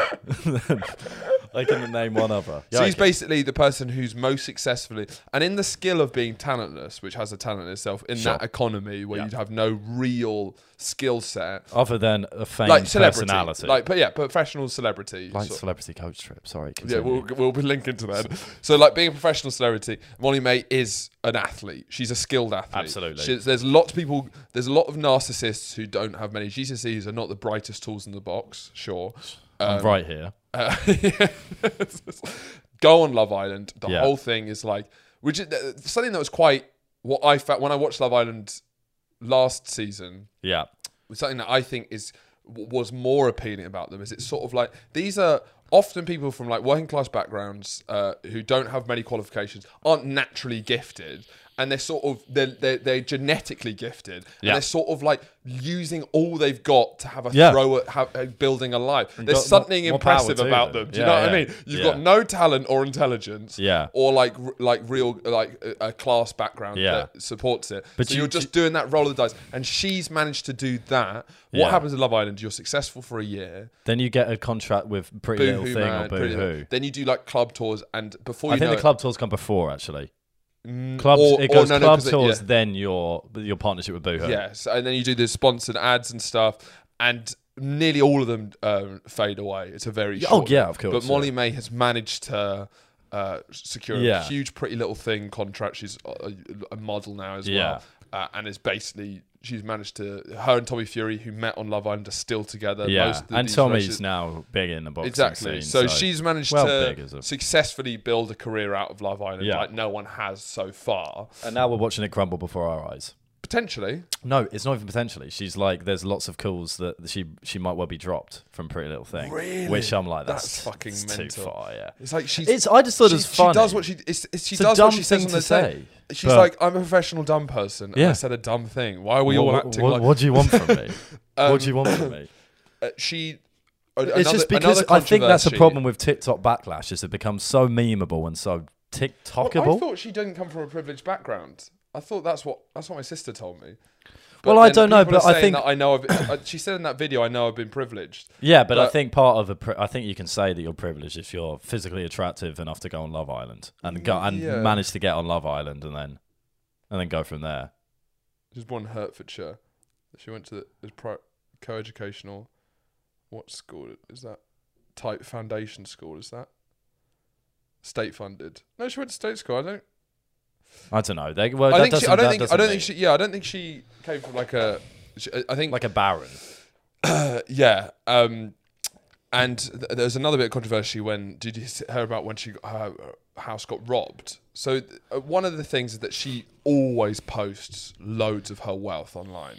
I couldn't name one other. Yeah,
So
I
he's
can.
basically the person who's most successfully, and in the skill of being talentless, which has a talent in itself, in
Sure.
that economy where
Yeah.
you'd have no real skill set,
other than a famed
like celebrity,
personality,
like but yeah, professional celebrity,
Like
sort of-
celebrity coach trip. Sorry.
Yeah,
continue.
we'll, we'll be linking to that. So, like being a professional celebrity, Molly May is an athlete. She's a skilled athlete.
Absolutely.
She's, there's lots of people. There's a lot of narcissists who don't have many GCSEs. Are not the brightest tools in the box. Sure.
I'm right here.
Uh, go on Love Island. The
Yeah.
whole thing is like, which is uh, something that was quite what I felt when I watched Love Island last season
Yeah.
was something that I think is w- was more appealing about them is it's sort of like these are often people from like working class backgrounds uh, who don't have many qualifications aren't naturally gifted and they're sort of they're they're, they're genetically gifted
Yeah.
and they're sort of like using all they've got to have a
Yeah.
throw at have, uh, building a life
got
there's something
more- more power
impressive
to
about
them.
them do you
Yeah,
know what i
yeah.
mean you've
Yeah.
got no talent or intelligence
Yeah.
or like r- like real like a, a class background
Yeah.
that supports it
But
so
you-
you're just doing that roll of the dice. And she's managed to do that. What
Yeah.
happens in Love Island? You're successful for a year.
Then you get a contract with Pretty
Boo
Little
hoo,
Thing
man.
or
pretty
Boo
little-
Hoo.
Then you do like club tours, and before
I
you
think
know
the
it-
club tours come before actually. Clubs,
or-
it
or
goes
no, no,
club
'cause it-
tours,
yeah.
then your your partnership with Boohoo.
yes, and then you do the sponsored ads and stuff, and nearly all of them um, fade away. It's a very
oh,
short-
yeah, of course,
But
yeah.
Molly May has managed to. Uh, secure
Yeah.
a huge, pretty little thing contract. She's a, a model now as
Yeah.
well, uh, and is basically she's managed to. Her and Tommy Fury, who met on Love Island, are still together.
Yeah,
Most of
and
these
Tommy's
relationships-
now big in the boxing
Exactly.
scene,
So, she's managed
well big as
to
a-
successfully build a career out of Love Island
Yeah.
like no one has so far.
and now we're watching it crumble before our eyes.
Potentially.
No, it's not even potentially. She's like, there's lots of calls that she she might well be dropped from Pretty Little Thing.
Really?
Which I'm like, that's,
That's fucking
it's
mental.
Too far, yeah.
It's like she's
It's. I just thought it
she,
was
she
funny.
does what she it's, it's, she
It's a
does what
dumb
she says
thing
on the
to
day.
say,
She's
but-
like, I'm a professional dumb person. And I
Yeah.
said a dumb thing. Why are we all
what,
acting
what,
like Um,
what do you want from me? what do you want from me?
uh, she? a-
it's
another-
just because
another
I think that's the
controversy.
problem with TikTok backlash is it becomes so memeable and so TikTokable.
Well, I thought she didn't come from a privileged background. I thought that's what that's what my sister told me. But
Well, I
then
don't know,
people are
but I
saying
think-
that I know. I've, uh, she said in that video, I know I've been privileged.
Yeah, but, I
But-
think part of a pri- I think you can say that you're privileged if you're physically attractive enough to go on Love Island and go and
Mm, Yeah.
manage to get on Love Island and then and then go from there.
There's one Hertfordshire. She went to the is pri- co-educational. What school is that? Type foundation school is that? State funded. No, she went to state school. I don't.
I don't know. They, well,
I
that
think. She,
doesn't-
I don't
that
think. I
doesn't
don't
mean-
think she. Yeah, I don't think she came from like a. She, I- I think
like a baron.
yeah. Um, and th- there was another bit of controversy when did you s- hear about when she got- her uh, house got robbed? So th- uh, one of the things is that she always posts loads of her wealth online,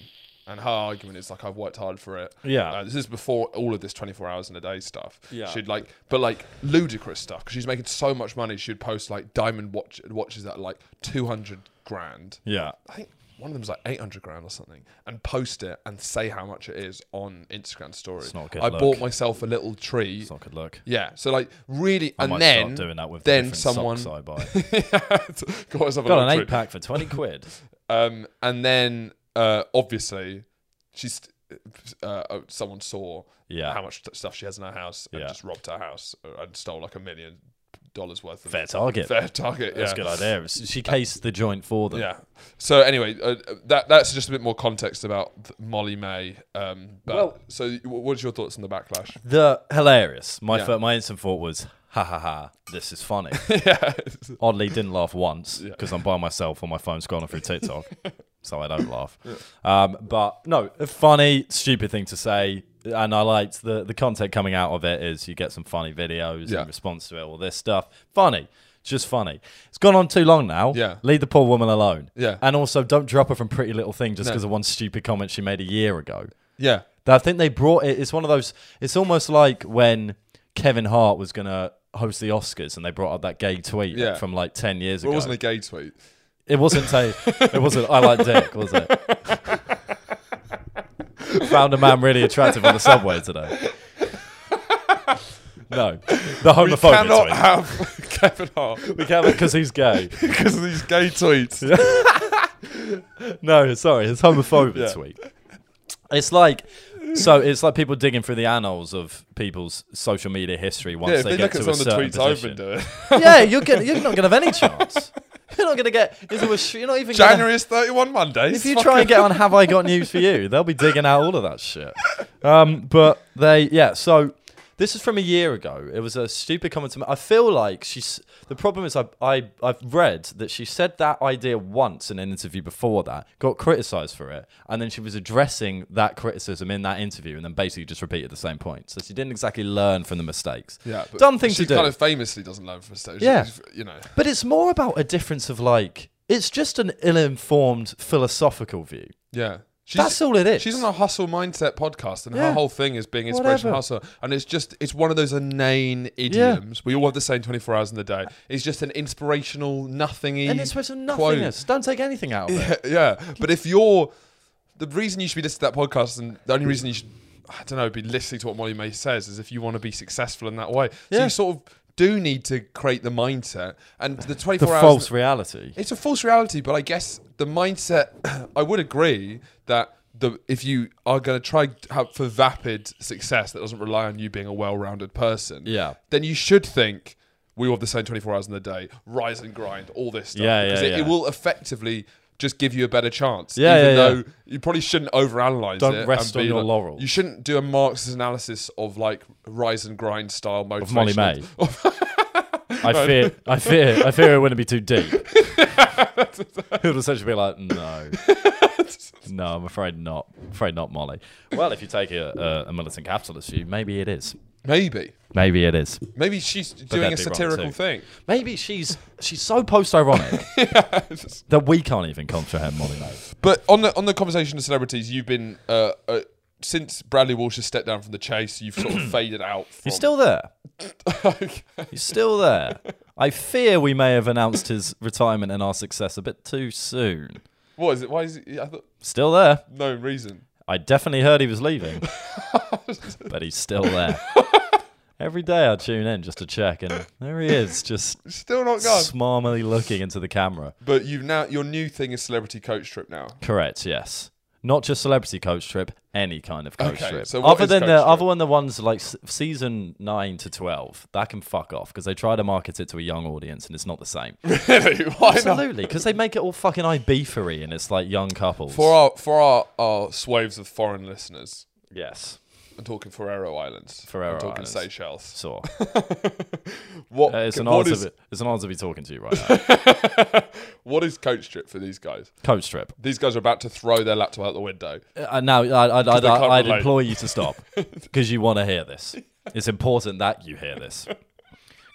and her argument is like I've worked hard for it.
Yeah.
Uh, this is before all of this twenty four hours in a day stuff.
Yeah.
she'd like, but like ludicrous stuff because she's making so much money. She'd post like diamond watch watches that are like two hundred grand.
Yeah.
I think one of them's like 800 grand or something, and post it and say how much it is on Instagram story.
not a good
I
look.
bought myself a little tree.
It's not good look.
yeah, so like really,
I
and
might
then
start doing that with the
then
different
someone
socks I buy.
got myself a
Got an
little
eight
tree.
pack for twenty quid.
Um, and then uh, obviously she's uh, uh, someone saw
Yeah.
how much t- stuff she has in her house and
Yeah.
just robbed her house uh, and stole like a million dollars worth of
Fair target.
fair target.
That's
yeah.
a good idea. She cased the joint for them.
Yeah. So anyway, uh, that that's just a bit more context about th- Molly May. Um, but
Well-
so, w- what's your thoughts on the backlash?
The hilarious. My
Yeah.
fir- my instant thought was, ha ha ha, this is funny. Oddly, didn't laugh once because I'm by myself on my phone scrolling through TikTok, so I don't laugh. Um, but no, a funny, stupid thing to say, and I liked the the content coming out of it is you get some funny videos
Yeah.
in response to it, all this stuff. Funny. Just funny. It's gone on too long now.
Yeah.
Leave the poor woman alone.
Yeah.
And also, don't drop her from Pretty Little Thing just because of one stupid comment she made a year ago.
Yeah.
I think they brought it. It's one of those. It's almost like when Kevin Hart was gonna host the Oscars, and they brought up that gay tweet
Yeah.
from like ten years
Well,
ago.
it wasn't a gay tweet.
It wasn't a. It wasn't. I like dick. Was it? Found a man really attractive on the subway today. No, the
We
homophobic
cannot
tweet.
have Kevin Hart
we can't because he's gay.
because of these gay tweets.
No, sorry, it's homophobic
Yeah.
tweet. It's like, so it's like people digging through the annals of people's social media history once
yeah, if
they,
they,
get
look
to
at
a
some of the
certain
tweets I've
position.
been doing.
yeah, you're gonna, you're not gonna have any chance. You're not gonna get. Is it a sh- you're not even gonna-
January is 31 Mondays.
If you try and get on Have I Got News for You, they'll be digging out all of that shit. Um, but they, yeah, so this is from a year ago. It was a stupid comment to me. I feel like she's, the problem is I, I, I've read that she said that idea once in an interview before that, got criticised for it, and then she was addressing that criticism in that interview and then basically just repeated the same point. So she didn't exactly learn from the mistakes.
Yeah, but
Dumb thing
she
to do.
kind of famously doesn't learn from mistakes.
Yeah.
She's- you know.
But it's more about a difference of like, it's just an ill-informed philosophical view.
Yeah. She's,
That's all it is.
She's on a hustle mindset podcast, and
Yeah.
her whole thing is being inspirational
Whatever.
hustler. And it's just it's one of those inane idioms. We all have the same 24 hours in the day. It's just an inspirational nothingy.
And it's of
quote.
nothingness. Don't take anything out of it.
Yeah, yeah. But if you're the reason you should be listening to that podcast, and the only reason you should, I don't know, be listening to what Molly May says is if you want to be successful in that way. So
Yeah.
you sort of do need to create the mindset and the 24
The
hours.
false reality.
It's a false reality, but I guess the mindset. I would agree that the if you are going to try to have for vapid success that doesn't rely on you being a well-rounded person,
Yeah.
then you should think we all have the same 24 hours in the day, rise and grind, all this stuff.
Yeah,
because
yeah,
it, it
yeah.
will effectively just give you a better chance.
Yeah,
even
yeah,
though
yeah.
you probably shouldn't overanalyze
Don't
it. and
rest on
be
your
like-
laurels.
You shouldn't do a Marxist analysis of like rise and grind style motivation.
Of Molly May. I fear, I fear, I fear it wouldn't be too deep. it would essentially be like, no, no, I'm afraid not, afraid not, Molly. Well, if you take a, a, a militant capitalist view, maybe it is,
Maybe,
maybe it is,
maybe she's doing a
that'd be wrong
satirical
too.
thing.
maybe she's she's so post-ironic that we can't even comprehend Molly May.
But on the on the conversation of celebrities, you've been uh, uh, since Bradley Walsh has stepped down from the chase. You've sort of faded out. From,
You're still there. You're still there. I fear we may have announced his retirement and our success a bit too soon.
what is it? Why is it? I thought
Still there.
no reason.
I definitely heard he was leaving, but he's still there. Every day I tune in just to check, and there he is, just
Still not gone.
smarmily looking into the camera.
But you've now your new thing is celebrity coach trip now.
Correct, yes. Not just celebrity coach trip, any kind of coach
Okay,
trip.
so what
other
is
than
coach
the
trip?
other than the ones like s- season nine to twelve, that can fuck off because they try to market it to a young audience and it's not the same.
Really? Why not?
Absolutely, because they make it all fucking Ibiza-y and it's like young couples.
For our for our, our swaves of foreign listeners,
yes,
I'm talking Ferrero Islands. Uh,
Ferrero
I'm talking
Islands.
Seychelles.
so
What,
uh, it's an honor
what,
to
is,
be, it's an honor to be talking to you right now.
what is coach trip for these guys?
coach trip.
These guys are about to throw their laptop out the window.
Uh, now, I, I, I,
they
I,
can't
I'd
relate.
implore you to stop because you want to hear this. It's important that you hear this.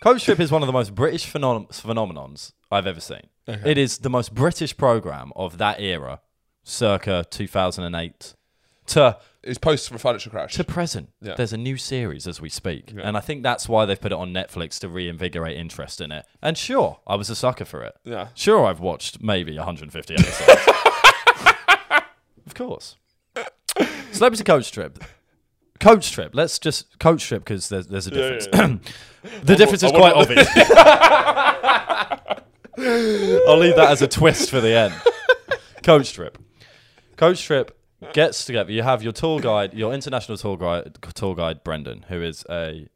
Coach Trip is one of the most British phenom- phenomenons I've ever seen. It is the most British program of that era, circa 2008 to
It's post from a financial crash.
to present.
Yeah.
There's a new series as we speak, and I think that's why they've put it on Netflix to reinvigorate interest in it. And sure, I was a sucker for it.
Yeah.
Sure, I've watched maybe 150 episodes. of course. Celebrity coach trip. Coach trip. Let's just coach trip because there's, there's a difference. the difference is
I
quite
wonder
obvious. I'll leave that as a twist for the end. Coach trip. Coach Trip gets together. You have your tour guide, your international tour guide, tour guide Brendan, who is a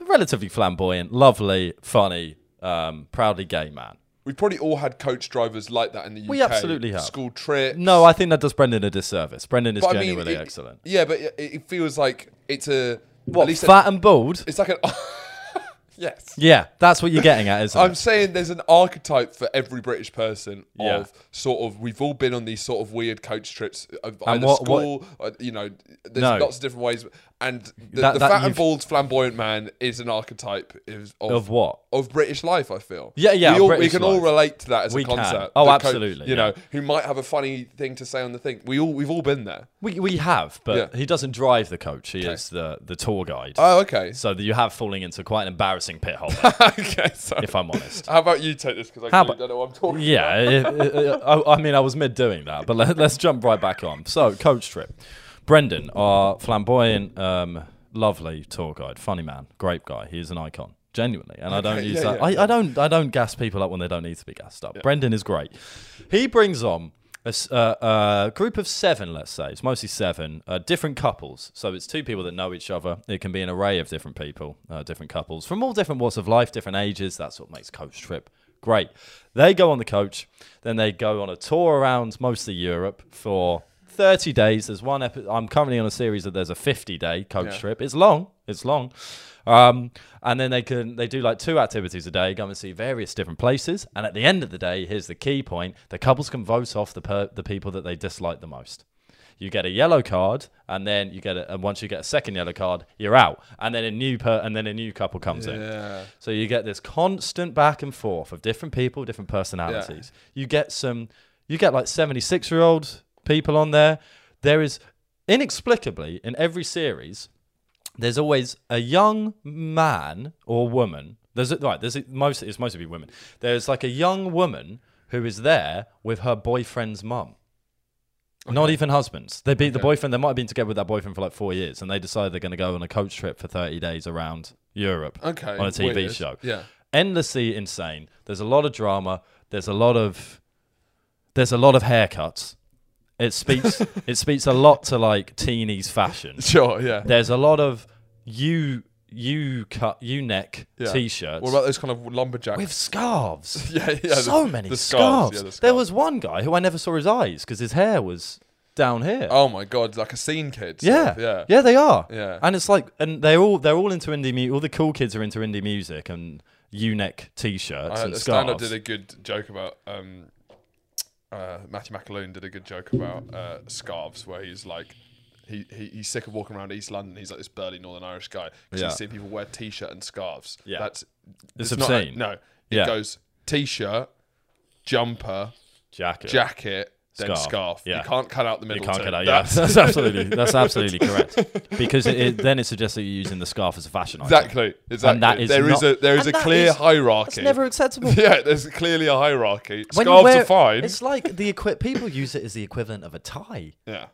relatively flamboyant, lovely, funny, um, proudly gay man.
We've probably all had coach drivers like that in the UK.
We absolutely have.
School trips.
No, I think that does Brendan a disservice. Brendan is
But I mean,
genuinely
it-
excellent.
Yeah, but it, it feels like it's a.
What,
at least
fat and bald?
it's like an. yes.
Yeah, that's what you're getting at, isn't
I'm
it?
saying there's an archetype for every British person
Yeah.
of sort of we've all been on these sort of weird coach trips of
And
either
what- what-
school, or, you know. There's
No.
lots of different ways, And the,
That-
the
that
fat and
you've-
bald flamboyant man is an archetype is of,
Of what?
Of British life, I feel.
Yeah, yeah,
We, all, we
British
can all
life.
relate to that as
We
a
can.
concept.
Oh,
The
absolutely,
you
yeah.
know, who might have a funny thing to say on the thing. We all we've all been there.
We, we have, but
Yeah.
he doesn't drive the coach. He is the, the tour guide.
Oh, okay.
so that you have falling into quite an embarrassing pit hole, there,
okay, sorry.
if I'm honest.
How about you take this because I
How
clearly
about-
don't know what I'm talking.
Yeah, it- it- it- I, I mean, I was mid doing that, but let, let's jump right back on. So, coach trip. Brendan, our flamboyant, um, lovely tour guide, funny man, great guy. He is an icon, genuinely, and I don't
Okay,
use
yeah,
that.
yeah,
I, I don't. I don't gas people up when they don't need to be gassed up. Brendan is great. He brings on. A, s- uh, a group of seven, let's say, it's mostly seven, uh, different couples. So it's two people that know each other. It can be an array of different people, uh, different couples from all different walks of life, different ages. That's what makes Coach Trip great. They go on the coach, then they go on a tour around mostly Europe for 30 days. There's one epi- I'm currently on a series that there's a 50 day coach
Yeah.
trip. It's long. It's long. Um, and then they can they do like two activities a day, go and see various different places. And at the end of the day, here's the key point: the couples can vote off the per- the people that they dislike the most. You get a yellow card, and then you get a, and once you get a second yellow card, you're out. And then a new per- and then a new couple comes in.
Yeah.
So you get this constant back and forth of different people, different personalities. You get some, you get like 76 year old people on there. There is inexplicably in every series, there's always a young man or woman. There's a, right, there's a, most, it's mostly be women. There's like a young woman who is there with her boyfriend's mum. Not even husbands. They beat the boyfriend. They might have been together with that boyfriend for like four years, and they decide they're going to go on a coach trip for thirty days around Europe
Okay.
on a TV
weird.
show.
Yeah.
Endlessly insane. There's a lot of drama. There's a lot of there's a lot of haircuts. It speaks it speaks a lot to like teenies fashion.
Sure. Yeah.
There's a lot of you you cut you neck
Yeah.
t-shirts
What about those kind of lumberjack?
with scarves.
Yeah, yeah,
so
the-
many
the
scarves.
scarves, yeah, the
There
scarves.
was one guy who I never saw his eyes because his hair was down here.
oh my god, like a scene kid. sort
Yeah,
of, Yeah.
yeah, they are.
Yeah.
and it's like, and they're all they're all into indie music. All the cool kids are into indie music and U-neck t-shirts
I,
and
the stand-up
scarves.
Uh, did a good joke about um, uh, Matthew McAloon did a good joke about uh, scarves, where he's like, he, he he's sick of walking around East London. He's like this burly Northern Irish guy because
Yeah.
he's seen people wear t-shirt and scarves.
Yeah.
that's
It's
not-
obscene.
no, it
Yeah.
goes t-shirt, jumper,
Jacket.
jacket, then
Scarf,
scarf.
yeah.
You can't cut out the
You
middle.
can't
two.
get out. Yeah,
That's-
that's absolutely that's absolutely correct because it, it, then it suggests that you're using the scarf as a fashion item.
Exactly. Exactly.
that is
there is
not-
a there is
and
a
that
clear
is-
hierarchy.
It's never acceptable.
yeah, there's clearly a hierarchy.
When you
Scarves
wear-
are fine.
It's like the equi- people use it as the equivalent of a tie.
Yeah.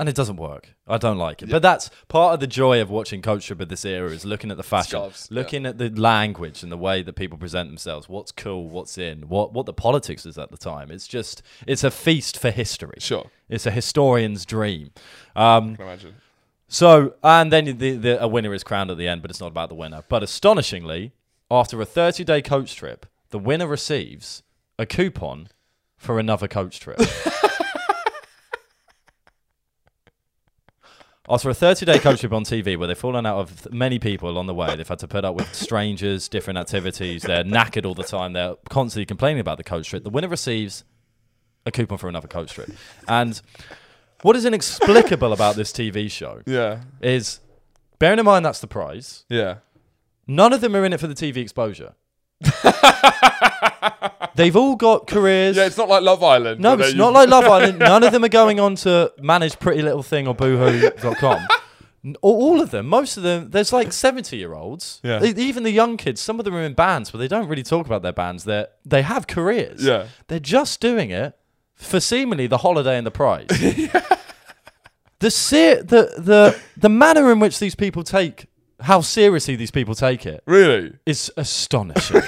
And it doesn't work. I don't like it. But that's part of the joy of watching culture of this era is looking at the fashion,
Scarves, yeah.
looking at the language and the way that people present themselves. What's cool, what's in, what what the politics is at the time. It's just it's a feast for history.
Sure.
It's a historian's dream. Um,
Can imagine.
so, and then the, the, a winner is crowned at the end, but it's not about the winner. But astonishingly, after a 30 day coach trip, the winner receives a coupon for another coach trip. after a 30 day coach trip on TV, where they've fallen out of th- many people along the way, they've had to put up with strangers, different activities, they're knackered all the time, they're constantly complaining about the coach trip. The winner receives a coupon for another coach trip. And what is inexplicable about this TV show?
Yeah.
is bearing in mind that's the prize.
Yeah.
None of them are in it for the TV exposure. They've all got careers.
Yeah, it's not like Love Island.
no,
where
it's
they-
not like Love Island. None of them are going on to manage Pretty Little Thing or Boohoo.com. N- All, all of them, most of them, there's like 70 year olds.
Yeah.
Even the young kids, some of them are in bands, but they don't really talk about their bands. They they have careers.
Yeah.
They're just doing it for seemingly the holiday and the prize. the, ser- the the the manner in which these people take how seriously these people take it
Really?
is astonishing.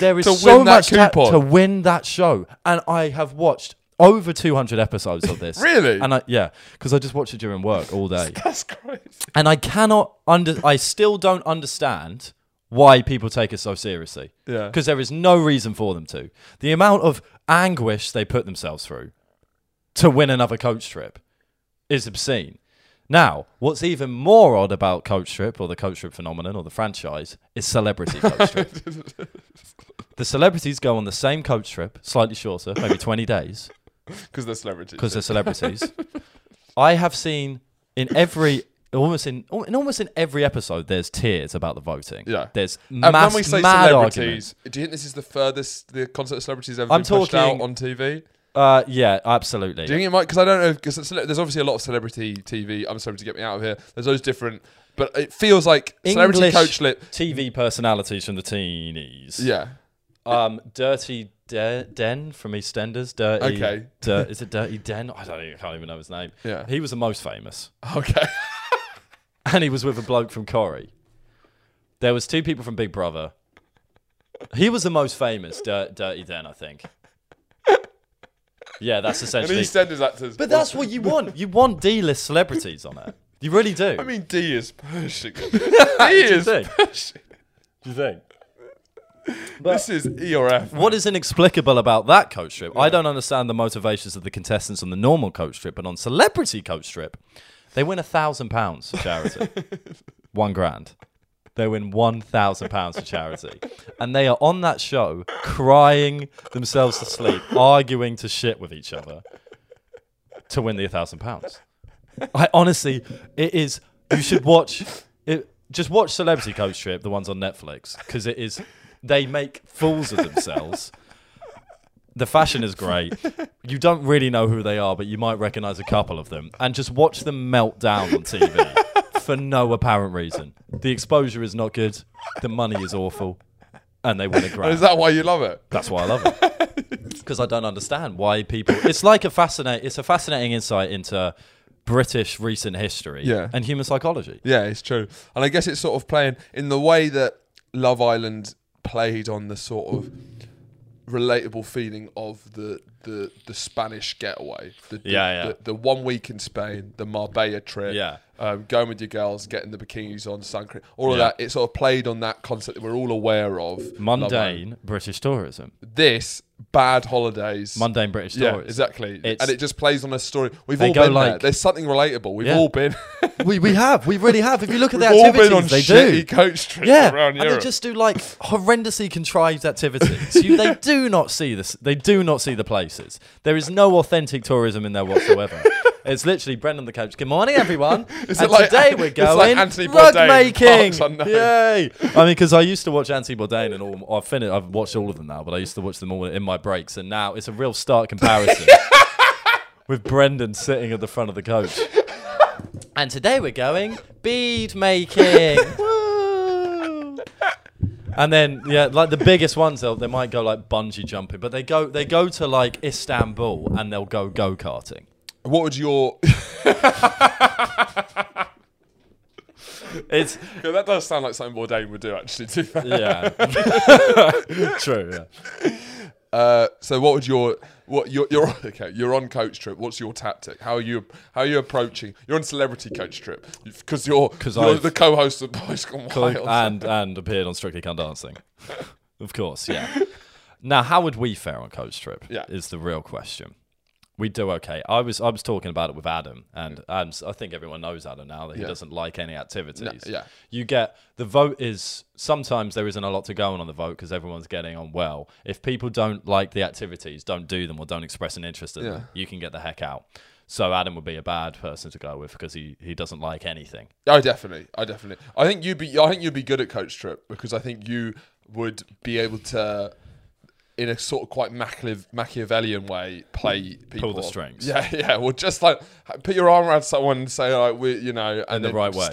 there is
To
so
win that
much ta-
coupon.
to win that show, and I have watched over 200 episodes of this.
Really?
And I yeah, because I just watched it during work all day,
That's crazy.
and I cannot under I still don't understand why people take it so seriously.
Yeah.
Because there is no reason for them to. The amount of anguish they put themselves through to win another coach trip is obscene. Now, what's even more odd about coach trip or the coach trip phenomenon or the franchise is celebrity coach trip. the celebrities go on the same coach trip, slightly shorter, maybe 20 days,
Because they're celebrities.
because they're celebrities. I have seen in every almost in al- in almost in every episode, there's tears about the voting.
Yeah.
there's
And
mass,
when we say
mad
celebrities,
arguments.
do you think this is the furthest the concert of celebrities ever
I'm
been pushed out
talking-
on TV?
Uh, yeah, absolutely.
Do you think it might? Because I don't know. Because there's obviously a lot of celebrity TV. I'm sorry to get me out of here. There's those different, but it feels like celebrity
English
coach lip.
TV personalities from the teenies.
Yeah,
Um, Dirty De- Den from EastEnders. Dirty.
Okay.
Dir- is it Dirty Den? I don't. Even, I can't even know his name.
Yeah.
He was the most famous,
Okay.
and he was with a bloke from Corrie. There was two people from Big Brother. He was the most famous. Dir- Dirty Den, I think. Yeah, that's
And
essentially.
EastEnders actors.
but that's what you want. You want D-list celebrities on it. You really do.
I mean, D is pushing. it. D is
think?
pushing.
you think?
This is E or F.
What is inexplicable about that coach trip? I don't understand the motivations of the contestants on the normal coach trip, but on celebrity coach trip, they win a thousand pounds for charity. one grand. They win one thousand pounds for charity. And they are on that show crying themselves to sleep, arguing to shit with each other to win the thousand pounds. I honestly, it is. You should watch it. Just watch Celebrity Coach Trip, the ones on Netflix, because it is. They make fools of themselves. The fashion is great. You don't really know who they are, but you might recognize a couple of them. And just watch them melt down on TV for no apparent reason. The exposure is not good. The money is awful. And they win a grand.
Is that why you love it?
That's why I love it. Because I don't understand why people. It's like a fascinate. It's a fascinating insight into British recent history
Yeah.
and human psychology.
Yeah, it's true. And I guess it's sort of playing in the way that Love Island played on the sort of relatable feeling of the the, the Spanish getaway. The, the-
Yeah, yeah.
The, the one week in Spain, the Marbella trip.
Yeah.
Um, going with your girls, getting the bikinis on, sun cream, all of
Yeah.
that. It sort of played on that concept that we're all aware of. Love Island.
Mundane British tourism.
This bad holidays.
Mundane British
yeah,
tourism.
exactly.
It's-
and it just plays on a story. We've
They
all
go
been there.
like-
There's something relatable. We've
Yeah.
all been.
We we have. We really have. If you look at the
all
activities
been on
they
shitty
do.
coach trips
Yeah,
around
and
Europe.
they just do like horrendously contrived activities. You, they do not see this. They do not see the places. There is no authentic tourism in there whatsoever. it's literally Brendan the coach. Good morning, everyone.
Is
and
it like-
today we're
it's like
going
Anthony
rug
Bourdain,
making.
Parks Unknown.
Yay! I mean, because I used to watch Anthony Bourdain and all. I've finished. I've watched all of them now, but I used to watch them all in my breaks, and now it's a real stark comparison with Brendan sitting at the front of the coach. And today we're going bead making. Woo. and then yeah, like the biggest ones, they'll, they might go like bungee jumping, but they go they go to like Istanbul and they'll go go karting.
What would your?
It's
Yeah, that does sound like something Bourdain would do, actually. To be fair.
yeah, true. Yeah.
Uh, so, what would your what your your okay? You're on coach trip. What's your tactic? How are you how are you approaching? You're on celebrity coach trip because you're because you're
I've-
the co-host of Boys Gone Wild.
and and appeared on Strictly Come Dancing. of course, yeah. Now, how would we fare on Coach Trip?
Yeah.
is the real question. We do okay. I was I was talking about it with Adam, and Adam's, I think everyone knows Adam now that he
Yeah.
doesn't like any activities.
yeah.
you get the vote is sometimes there isn't a lot to go on on the vote because everyone's getting on well. If people don't like the activities, don't do them or don't express an interest in
Yeah.
them, you can get the heck out. So Adam would be a bad person to go with because he, he doesn't like anything.
Oh, definitely. I definitely. I think you'd be. I think you'd be good at coach trip because I think you would be able to, in a sort of quite Machiav- Machiavellian way, play people.
the strings.
Yeah, yeah. Well, just like put your arm around someone and say like we, you know, and
in the
then
right way.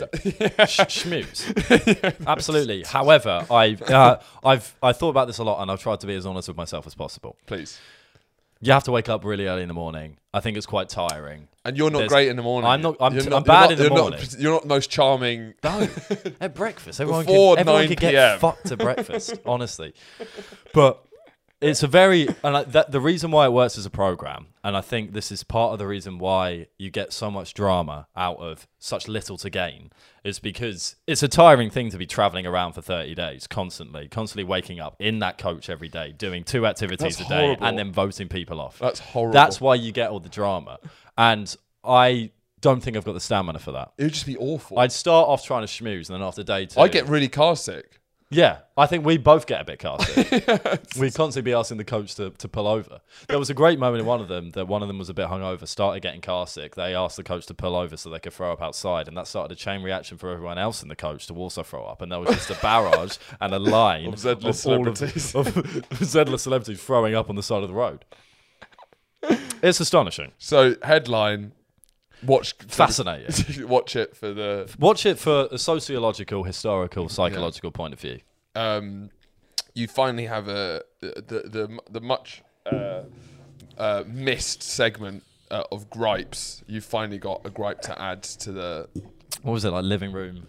just-
Sh- schmooze. Absolutely. However, I've uh, I've I thought about this a lot, and I've tried to be as honest with myself as possible.
Please.
You have to wake up really early in the morning. I think it's quite tiring.
And you're not
There's-
great in the morning.
I'm not- I'm
You're
t- I'm bad in the
you're
morning.
Not, you're not the most charming.
No, at breakfast, everyone
Before
could, everyone
9
could
PM.
get fucked at breakfast. honestly, but it's a very and I, that, the reason why it works as a program, and I think this is part of the reason why you get so much drama out of such little to gain, is because it's a tiring thing to be traveling around for thirty days constantly, constantly waking up in that coach every day, doing two activities
That's
a day,
horrible.
and then voting people off.
That's horrible.
That's why you get all the drama, and I don't think I've got the stamina for that.
It would just be awful. I,
I'd start off trying to schmooze, and then after day two,
get really car sick.
Yeah, I think we both get a bit casted. We'd constantly be asking the coach to, to pull over. There was a great moment in one of them that one of them was a bit hungover, started getting car sick. They asked the coach to pull over so they could throw up outside, and that started a chain reaction for everyone else in the coach to also throw up. And there was just a barrage and a line of
Zedless
all of-
celebrities.
of Zedless celebrities throwing up on the side of the road. It's astonishing,
So headline, watch
fascinating.
watch it for the
Watch it for a sociological, historical, psychological point of view.
um, you finally have a the the the much uh, uh, missed segment uh, of gripes. You finally got a gripe to add to the
What was it like? Living room.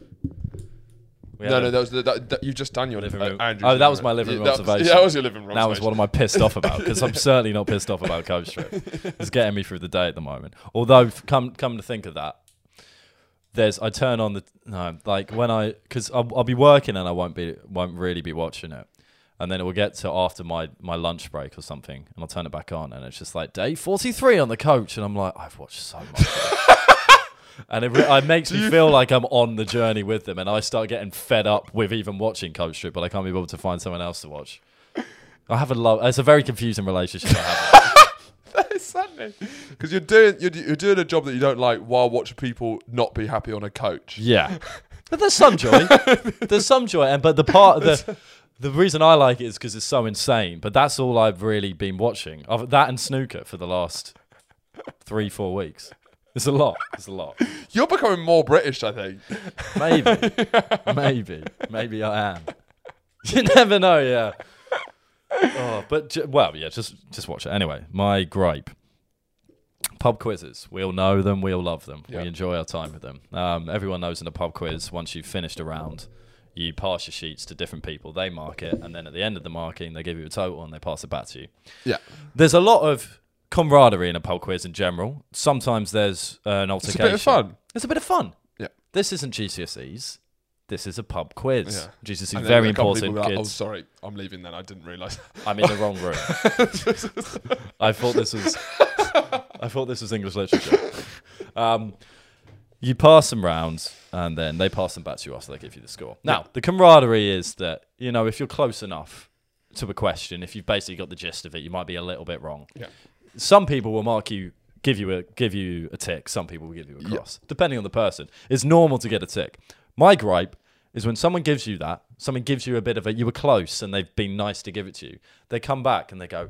We
no
had a-
no that was the, that, that, you just done your
Living
uh,
room.
Andrew's
Oh, that was my living
Yeah,
room
that was-
observation.
yeah, that was your living room.
That was one of my pissed off about because I'm certainly not pissed off about Coach Strip. It's getting me through the day at the moment. Although, f- come come to think of that, there's I turn on the no like when I because I'll, I'll be working and I won't be won't really be watching it, and then it will get to after my my lunch break or something, and I'll turn it back on, and it's just like day 43 on the coach, and I'm like I've watched so much. And it, re- it makes me feel like I'm on the journey with them, and I start getting fed up with even watching Coach Strip, but I can't be able to find someone else to watch. I have a love. It's a very confusing relationship. I have.
because you're doing you're, you're doing a job that you don't like while watching people not be happy on a coach.
yeah, but there's some joy. there's some joy, and but the part the the reason I like it is because it's so insane. But that's all I've really been watching. I've, that and snooker for the last three four weeks. It's a lot. It's a lot.
You're becoming more British, I think.
Maybe, maybe, maybe I am. You never know. Yeah. Oh, but ju- well, yeah. Just just watch it anyway. My gripe. Pub quizzes. We all know them. We all love them.
Yeah.
We enjoy our time with them. Um, everyone knows in a pub quiz, once you've finished a round, you pass your sheets to different people. They mark it, and then at the end of the marking, they give you a total and they pass it back to you
Yeah,
there's a lot of camaraderie in a pub quiz in general. Sometimes there's uh, an
a bit
altercation.
of fun.
It's a bit of fun.
Yeah.
This isn't GCSEs. This is a pub quiz.
Yeah.
GCSEs
And then
very
a couple
important.
people were like, oh,
kids.
sorry, I'm leaving. Then I didn't realise.
I'm in the wrong room. I thought this was. I thought this was English literature. Um, you pass them round, and then they pass them back to you after they give you the score. Now, the camaraderie is that you know if you're close enough to a question, if you've basically got the gist of it, you might be a little bit wrong.
Yeah.
Some people will mark you, give you a give you a tick. Some people will give you a cross, depending on the person. It's normal to get a tick. My gripe is when someone gives you that, someone gives you a bit of a you were close and they've been nice to give it to you. They come back and they go,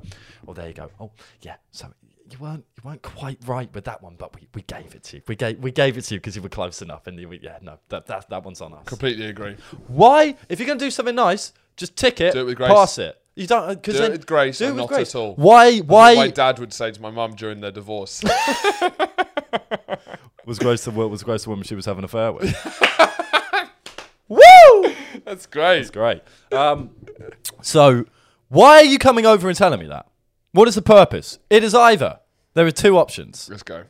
"Oh, there you go. Oh, yeah. So you weren't you weren't quite right with that one, but we, we gave it to you. We gave we gave it to you because you were close enough. And you, were- yeah, no, that, that that one's on us.
Completely agree.
Why? If you're gonna do something nice, just tick it,
Do it with grace.
pass it. You don't because
Do it
then
with grace
do it
and
with
not
grace.
at all.
Why? Why?
my dad would say to my mum during their divorce.
was Grace the wo- was Grace the woman she was having an affair with? Woo!
That's great.
Great. Um, so, why are you coming over and telling me that? What is the purpose? It is either. There are two options.
Let's go.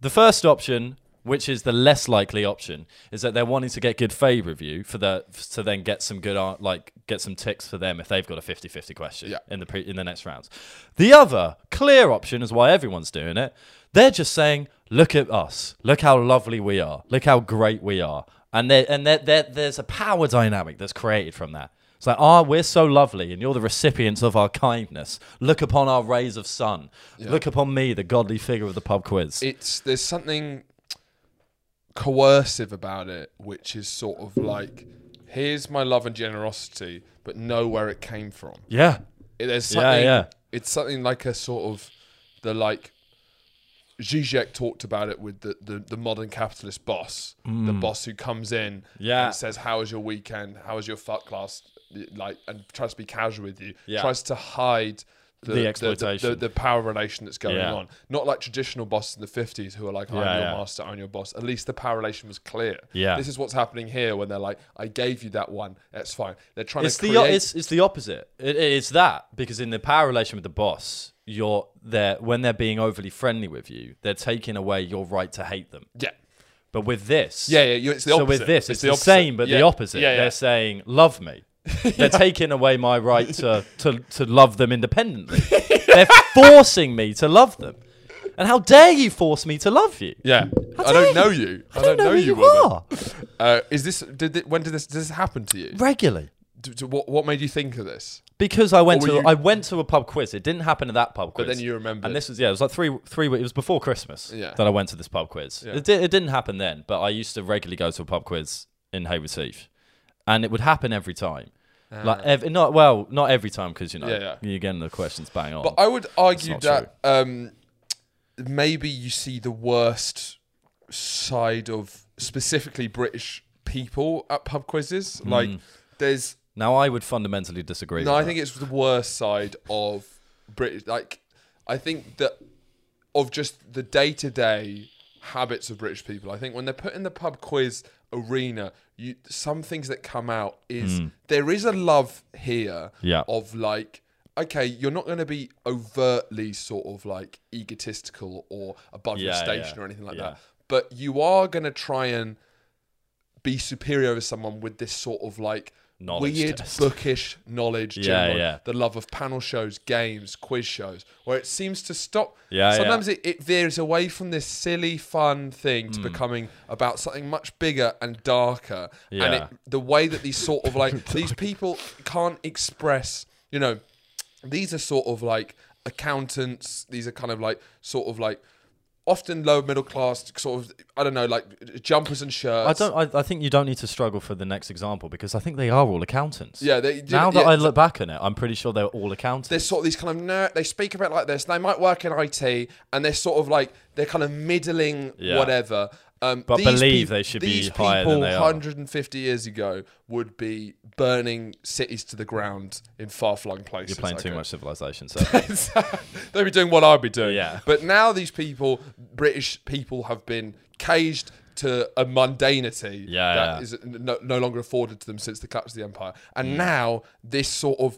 The first option, which is the less likely option, is that they're wanting to get good favour of you for the to then get some good ar- like get some ticks for them if they've got a 50-50 question
Yeah.
in the pre- in the next rounds. The other clear option is why everyone's doing it. They're just saying, "Look at us. Look how lovely we are. Look how great we are." And there and there there- there's a power dynamic that's created from that. It's like, ah, we're so lovely, and you're the recipients of our kindness. Look upon our rays of sun. Look upon me, the godly figure of the pub quiz.
It's there's something coercive about it, which is sort of like, here's my love and generosity, but know where it came from.
yeah,
It- There's
Yeah,
something.
yeah.
It's something like a sort of the like. Zizek talked about it with the, the, the modern capitalist boss, the boss who comes in
Mm. Yeah.
and says, "How was your weekend? How was your fuck class?" Like, and tries to be casual with you,
Yeah.
tries to hide the, the- the-
exploitation.
the, the, power relation that's going
Yeah.
on. Not like traditional bosses in the fifties who are like, "I'm
Yeah,
your
yeah.
master, I'm your boss." At least the power relation was clear.
Yeah.
this is what's happening here when they're like, "I gave you that one, that's fine." They're trying
it's
to
the o-
create
it's it's the opposite. It, it's that because in the power relation with the boss, you're there when they're being overly friendly with you, they're taking away your right to hate them.
yeah.
But with this,
Yeah, yeah, you- it's the
so
opposite.
with this, it's, the,
opposite.
same, but
Yeah.
the opposite.
Yeah, yeah.
They're saying love me. They're taking away my right to, to, to love them independently. They're forcing me to love them. And how dare you force me to love you?
yeah.
dare
I don't know
you?
you. I
I don't know who you
woman.
are.
Uh, is this? Did thi- when did this? Does this happen to you?
Regularly.
d- d- what what made you think of this?
Because I went
Or
to
were you-
I went to a pub quiz. It didn't happen at that pub quiz.
then you remembered.
And this was yeah, it was like three three. It was before Christmas
Yeah.
that I went to this pub quiz.
Yeah.
It, di- it didn't happen then, but I used to regularly go to a pub quiz in Hayward Heath, and it would happen every time. Like ev- not well, not every time because you know
Ah. Yeah, yeah.
you're getting the questions bang on.
But I would argue
not
that um, maybe you see the worst side of specifically British people at pub quizzes.
Hmm.
Like, there's
now I would fundamentally disagree.
no,
with
I
that.
think it's the worst side of British. Like, I think that of just the day to day habits of British people. I think when they're put in the pub quiz arena, you some things that come out is there is a love here
Hmm. Yeah.
of like. Okay, you're not going to be overtly sort of like egotistical or above your
Yeah,
station
yeah,
or anything like
yeah.
that, but you are going to try and be superior over someone with this sort of like
Knowledge
weird
test.
bookish knowledge
Yeah,
general,
yeah.
the love of panel shows games quiz shows where it seems to stop
Yeah, yeah.
sometimes It, it veers away from this silly fun thing
Hmm.
to becoming about something much bigger and darker and
Yeah.
it, the way that these sort of like these people can't express you know these are sort of like accountants these are kind of like sort of like often lower middle class sort of i don't know like jumpers and shirts
I don't. I, I think you don't need to struggle for the next example because I think they are all accountants.
Yeah, they-
now that
yeah,
I look back on it, I'm pretty sure they're all accountants.
they're sort of these kind of nerd. They speak about like this. They might work in IT, and they're sort of like they're kind of middling
Yeah.
whatever. Um,
But
these
believe
peop-
they should be
these
higher than
people
they are.
150 years ago would be burning cities to the ground in far-flung places.
You're playing
I
too
guess.
much Civilization. So
They'd be doing what I'd be doing.
Yeah.
But now these people, British people, have been caged to a mundanity
Yeah,
that
yeah. Mm.
is no, no longer afforded to them since the collapse of the empire. And now this sort of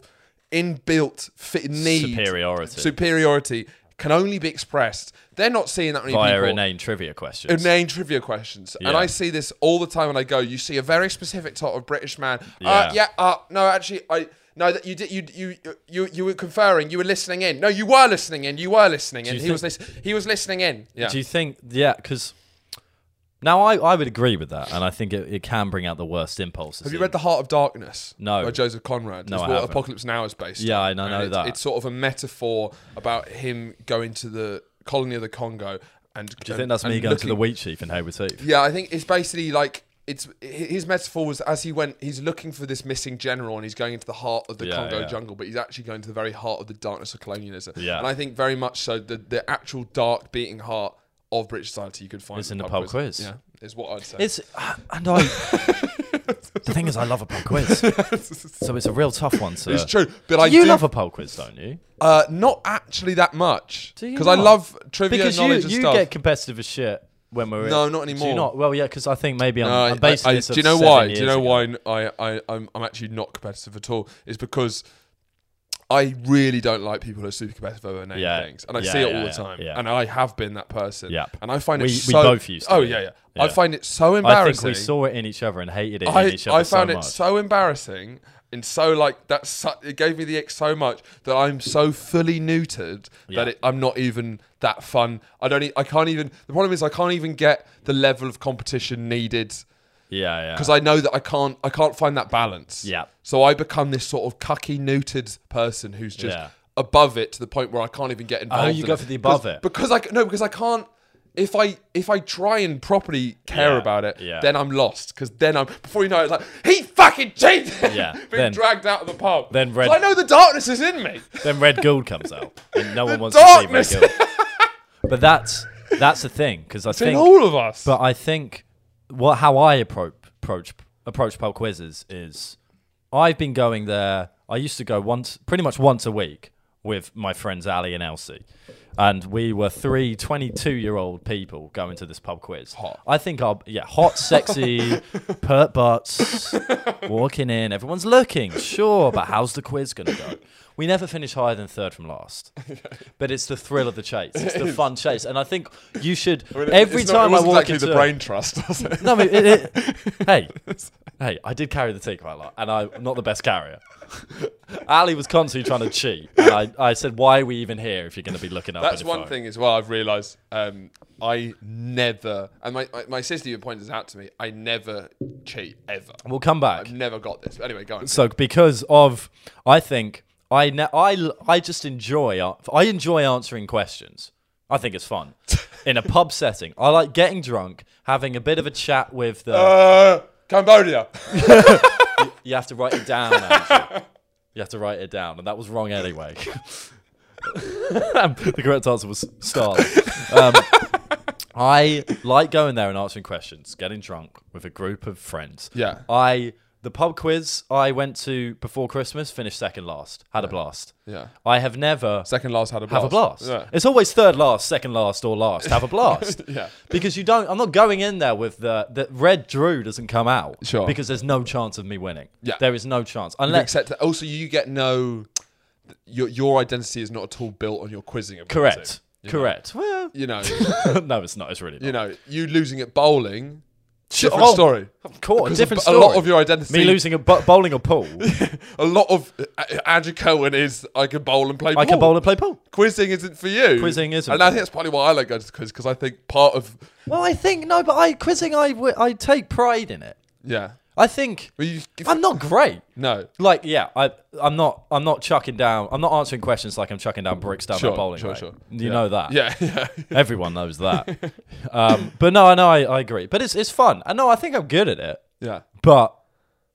inbuilt fit need
Superiority.
superiority can only be expressed. They're not seeing that many
via
people
inane trivia questions.
inane Uh, trivia questions. And
Yeah.
I see this all the time when I go. You see a very specific type of British man. Yeah. Uh,
Yeah.
yeah. Uh, no, actually, I. No, that you did. You you you you were conferring. You were listening in. No, you were listening in. You were listening in.
you
He was lis- he was listening in. Yeah.
Do you think, yeah, because now I, I would agree with that, and I think it, it can bring out the worst impulses.
Have you
in-
read The Heart of Darkness?
No.
By Joseph Conrad.
No,
it's
I
what
haven't.
Apocalypse Now is based
Yeah,
on.
I know-
And
know
it's,
that.
It's sort of a metaphor about him going to the colony of the Congo and.
Do you think that's me going to the
looking-
wheat chief in Hayward Heath?
Yeah, I think it's basically like it's hi- his metaphor was as he went, he's looking for this missing general, and he's going into the heart of the
Yeah,
Congo
yeah.
jungle, but he's actually going to the very heart of the darkness of colonialism.
Yeah.
and I think very much so the the actual dark beating heart of British society you could find
Is in the pub quiz.
Yeah, is what I'd say.
It's and I. the thing is, I love a pub quiz, so it's a real tough one. To,
It's true, but I
you
do
love a pub quiz, don't you?
uh, not actually that much
Do you
because I
not?
love trivia
Because you
knowledge and
you
stuff.
get competitive as shit when we're
No,
in.
not
Do you
anymore.
not? Well, yeah, because I think maybe I'm,
No, Uh, I-
I'm basing
I- I-
this.
do
off
you know
seven
why? Do you
years
know
ago.
why I, I I'm, I'm actually not competitive at all? Is because I really don't like people who are super competitive over name
Yeah.
things, and I
Yeah,
see it
yeah,
all the
yeah,
time.
yeah.
And I have been that person.
Yep.
And I find
We-
it
we
so.
both used to
oh
be.
yeah, yeah, I
Yeah.
find it so
I
embarrassing.
think we saw it in each other and hated it in
I,
each other
I found
so
it
much.
so embarrassing and so like that's su- it gave me the ick so much that I'm so fully neutered
Yeah.
that it, I'm not even that fun. I don't. E- I can't even. The problem is I can't even get the level of competition needed
yeah, yeah.
because I know that I can't I can't find that balance.
Yeah.
So I become this sort of cucky neutered person who's just
Yeah. Oh,
above it to the point where I can't even get involved.
you
in
go
it.
for the above
Because-
it.
because I c- no because I can't. If I if I try and properly care
Yeah,
about it,
yeah.
then I'm lost because then I'm before you know it, it's like he fucking cheated.
Yeah,
been
then-
dragged out of the pub.
then
So
red-
I know the darkness is in me.
then Red Gould comes out, and no one wants
darkness.
to see Red Gould. But that's that's the thing because I
In
think,
all of us.
but I think what how I approach approach approach pub quizzes is I've been going there. I used to go once, pretty much once a week, with my friends Ali and Elsie, and we were three 22 year old people going to this pub quiz.
Hot.
I think our yeah, hot, sexy, pert butts walking in. Everyone's looking, sure, but how's the quiz gonna go? We never finish higher than third from last, but it's the thrill of the chase. It's the fun chase, and I think you should every
It's not-
time I
it wasn't
walk
exactly
into
the
a-
brain trust, was it?
no, but it, it, hey, hey, I did carry the tea quite a lot, and I'm not the best carrier. Ali was constantly trying to cheat, and I, I said, "Why are we even here if you're going to be looking up?"
That's one
pedophile.
thing as well. I've realised um, I never, and my, my, my sister even pointed this out to me. I never cheat ever.
We'll come back.
I've never got this. But anyway, go on.
So because of, I think I ne- I l- I just enjoy a- I enjoy answering questions. I think it's fun in a pub setting. I like getting drunk, having a bit of a chat with the.
uh, Cambodia.
you have to write it down. Andrew. you have to write it down, and that was wrong anyway. the correct answer was Star. Um, I like going there and answering questions, getting drunk with a group of friends.
Yeah.
I the pub quiz I went to before Christmas finished second last. Had a blast.
Yeah.
I have never
Second last had a blast.
have a blast. It's always third last, second last, or last. Have a blast.
Yeah.
Because you don't. I'm not going in there with the that red Drew doesn't come out.
Sure.
Because there's no chance of me winning.
Yeah.
There is no chance
Yeah.
unless.
Except that also you get no. Your your identity is not at all built on your quizzing ability.
Correct.
You know?
Correct. Well,
You know,
no, it's not. It's really not.
you know, you losing at bowling. Different
oh,
story.
Of course,
Because
different
a,
story.
A lot of your identity.
me losing a bo- bowling a pool.
A lot of uh, Andrew Cohen is I can bowl and play.
I can bowl and play pool.
quizzing isn't for you.
Quizzing isn't
And
for
I
you.
think that's probably why I like going to the quiz because I think part of
Well, I think no, but I quizzing. I w- I take pride in it.
yeah.
I think
Well, you, if-
I'm not great.
no.
Like yeah, I I'm not I'm not chucking down. I'm not answering questions like I'm chucking down bricks down
Sure,
my bowling
sure,
alley.
sure.
You know that.
Yeah, yeah.
Everyone knows that. um, but no, I know I, I agree. But it's it's fun. I know I think I'm good at it.
yeah.
But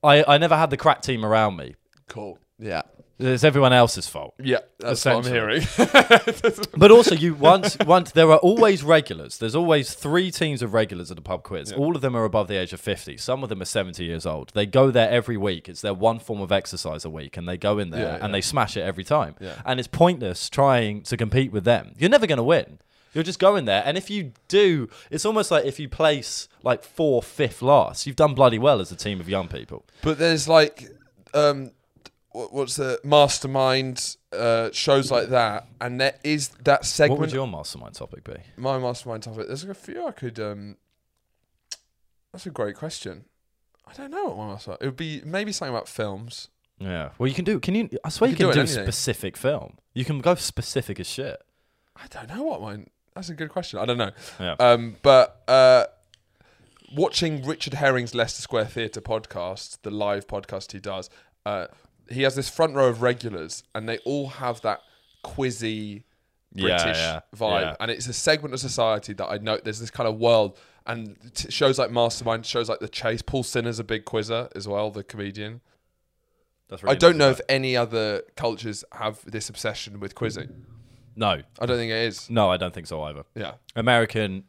I I never had the crack team around me.
Cool. Yeah.
It's everyone else's fault.
Yeah. That's what I'm
Essentially.
hearing.
But also, you once once there are always regulars. There's always three teams of regulars at a pub quiz. All of them are above the age of fifty. Some of them are seventy years old. They go there every week. It's their one form of exercise a week, and they go in there
Yeah, yeah.
and they smash it every time.
Yeah.
And it's pointless trying to compete with them. You're never going to win. You're just going there, and if you do, it's almost like if you place like four, fifth last, you've done bloody well as a team of young people.
but there's like, um, what, what's the mastermind uh, shows like that, and there is that
What would
segment.
your mastermind topic be?
my mastermind topic. There's a few I could. Um, that's a great question. I don't know what my mastermind. It would be maybe something about films.
Yeah. Well, you can do. Can you? I swear
You
you
can
can,
do
do,
it,
a
anything.
specific film. You can go specific as shit.
I don't know what mine. That's a good question. I don't know.
Yeah.
Um, but uh, watching Richard Herring's Leicester Square Theatre podcast, the live podcast he does, uh, he has this front row of regulars, and they all have that quizzy
Yeah,
British
yeah,
vibe,
yeah.
and it's a segment of society that I know. There's this kind of world, and t- shows like Mastermind, shows like The Chase. Paul Sinner's a big quizzer as well, the comedian.
That's
I don't know if any other cultures have this obsession with quizzing.
No,
I don't think it is.
no, I don't think so either.
Yeah.
American.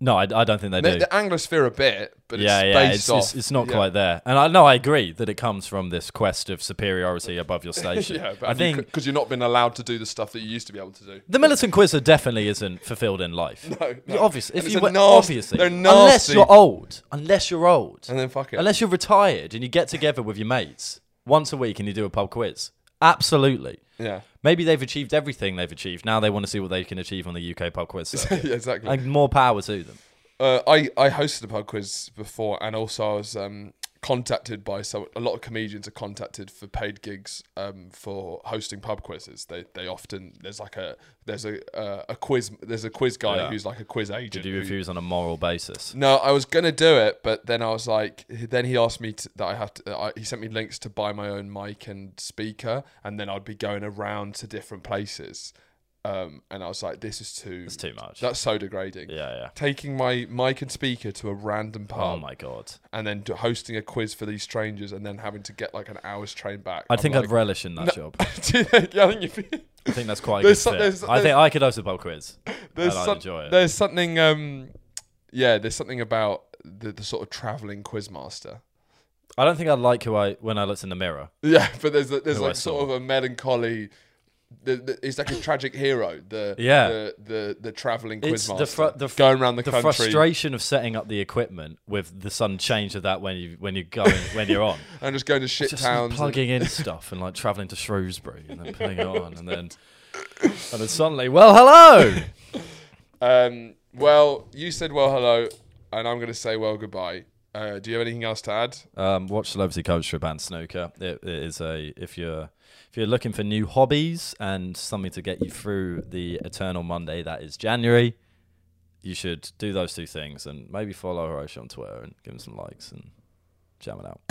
No, I, I don't think they
The,
do.
the Anglosphere a bit, but
yeah,
it's
yeah,
based
it's,
off.
it's, it's not
yeah.
quite there. And I no, I agree that it comes from this quest of superiority above your station.
Yeah, but
I think
because you're not been allowed to do the stuff that you used to be able to do.
the militant quizzer definitely isn't fulfilled in life.
No, no.
obviously,
And
if
it's
you
a
were,
nasty-
obviously,
they're
unless
nasty.
you're old, unless you're old,
And then fuck it.
unless you're retired and you get together with your mates once a week and you do a pub quiz, absolutely.
yeah.
Maybe they've achieved everything they've achieved. Now they want to see what they can achieve on the UK pub quiz. circuit.
yeah, exactly.
and more power to them.
Uh, I I hosted a pub quiz before, and also I was um, contacted by so a lot of comedians are contacted for paid gigs um, for hosting pub quizzes. They they often there's like a there's a uh, a quiz there's a quiz guy
Yeah.
who's like a quiz
Did
agent.
you
who-
refuse on a moral basis?
No, I was gonna do it, but then I was like, then he asked me to, that I have to. that I, he sent me links to buy my own mic and speaker, and then I'd be going around to different places, um, and I was like, this is too.
It's too much.
That's so degrading.
yeah, yeah.
Taking my mic and speaker to a random
Oh
pub,
my god.
and then do, hosting a quiz for these strangers, and then having to get like an hour's train back.
I
I'm
think I'd
like,
relish in that job.
Do you think- yeah, I think you'd be-
I think that's quite a good
There's some-
fit.
there's-
I think
there's-
I could host a pub quiz.
there's
and I'd
some-
enjoy it.
There's something, um, yeah, there's something about the, the sort of traveling quizmaster.
I don't think I'd like who I when I looked in the mirror.
Yeah, but there's a, there's
Who I
like sort
saw.
of a melancholy. The, the, it's like a tragic hero. The
Yeah.
the the, the traveling
It's
quizmaster
the fr- the fr-
going around the,
The
country.
frustration of setting up the equipment with the sudden change of that when you when you're going when you're on.
and just going to shit
Just
towns. and-
plugging in stuff and like travelling to Shrewsbury and then putting it on and then and then suddenly, well hello.
um, well, you said well hello, and I'm going to say well goodbye. Uh, do you have anything else to add?
Um, watch Celebrity Culture and Snooker. It, it is a if you're if you're looking for new hobbies and something to get you through the eternal Monday that is January, you should do those two things and maybe follow Hiroshi on Twitter and give him some likes and jam it out.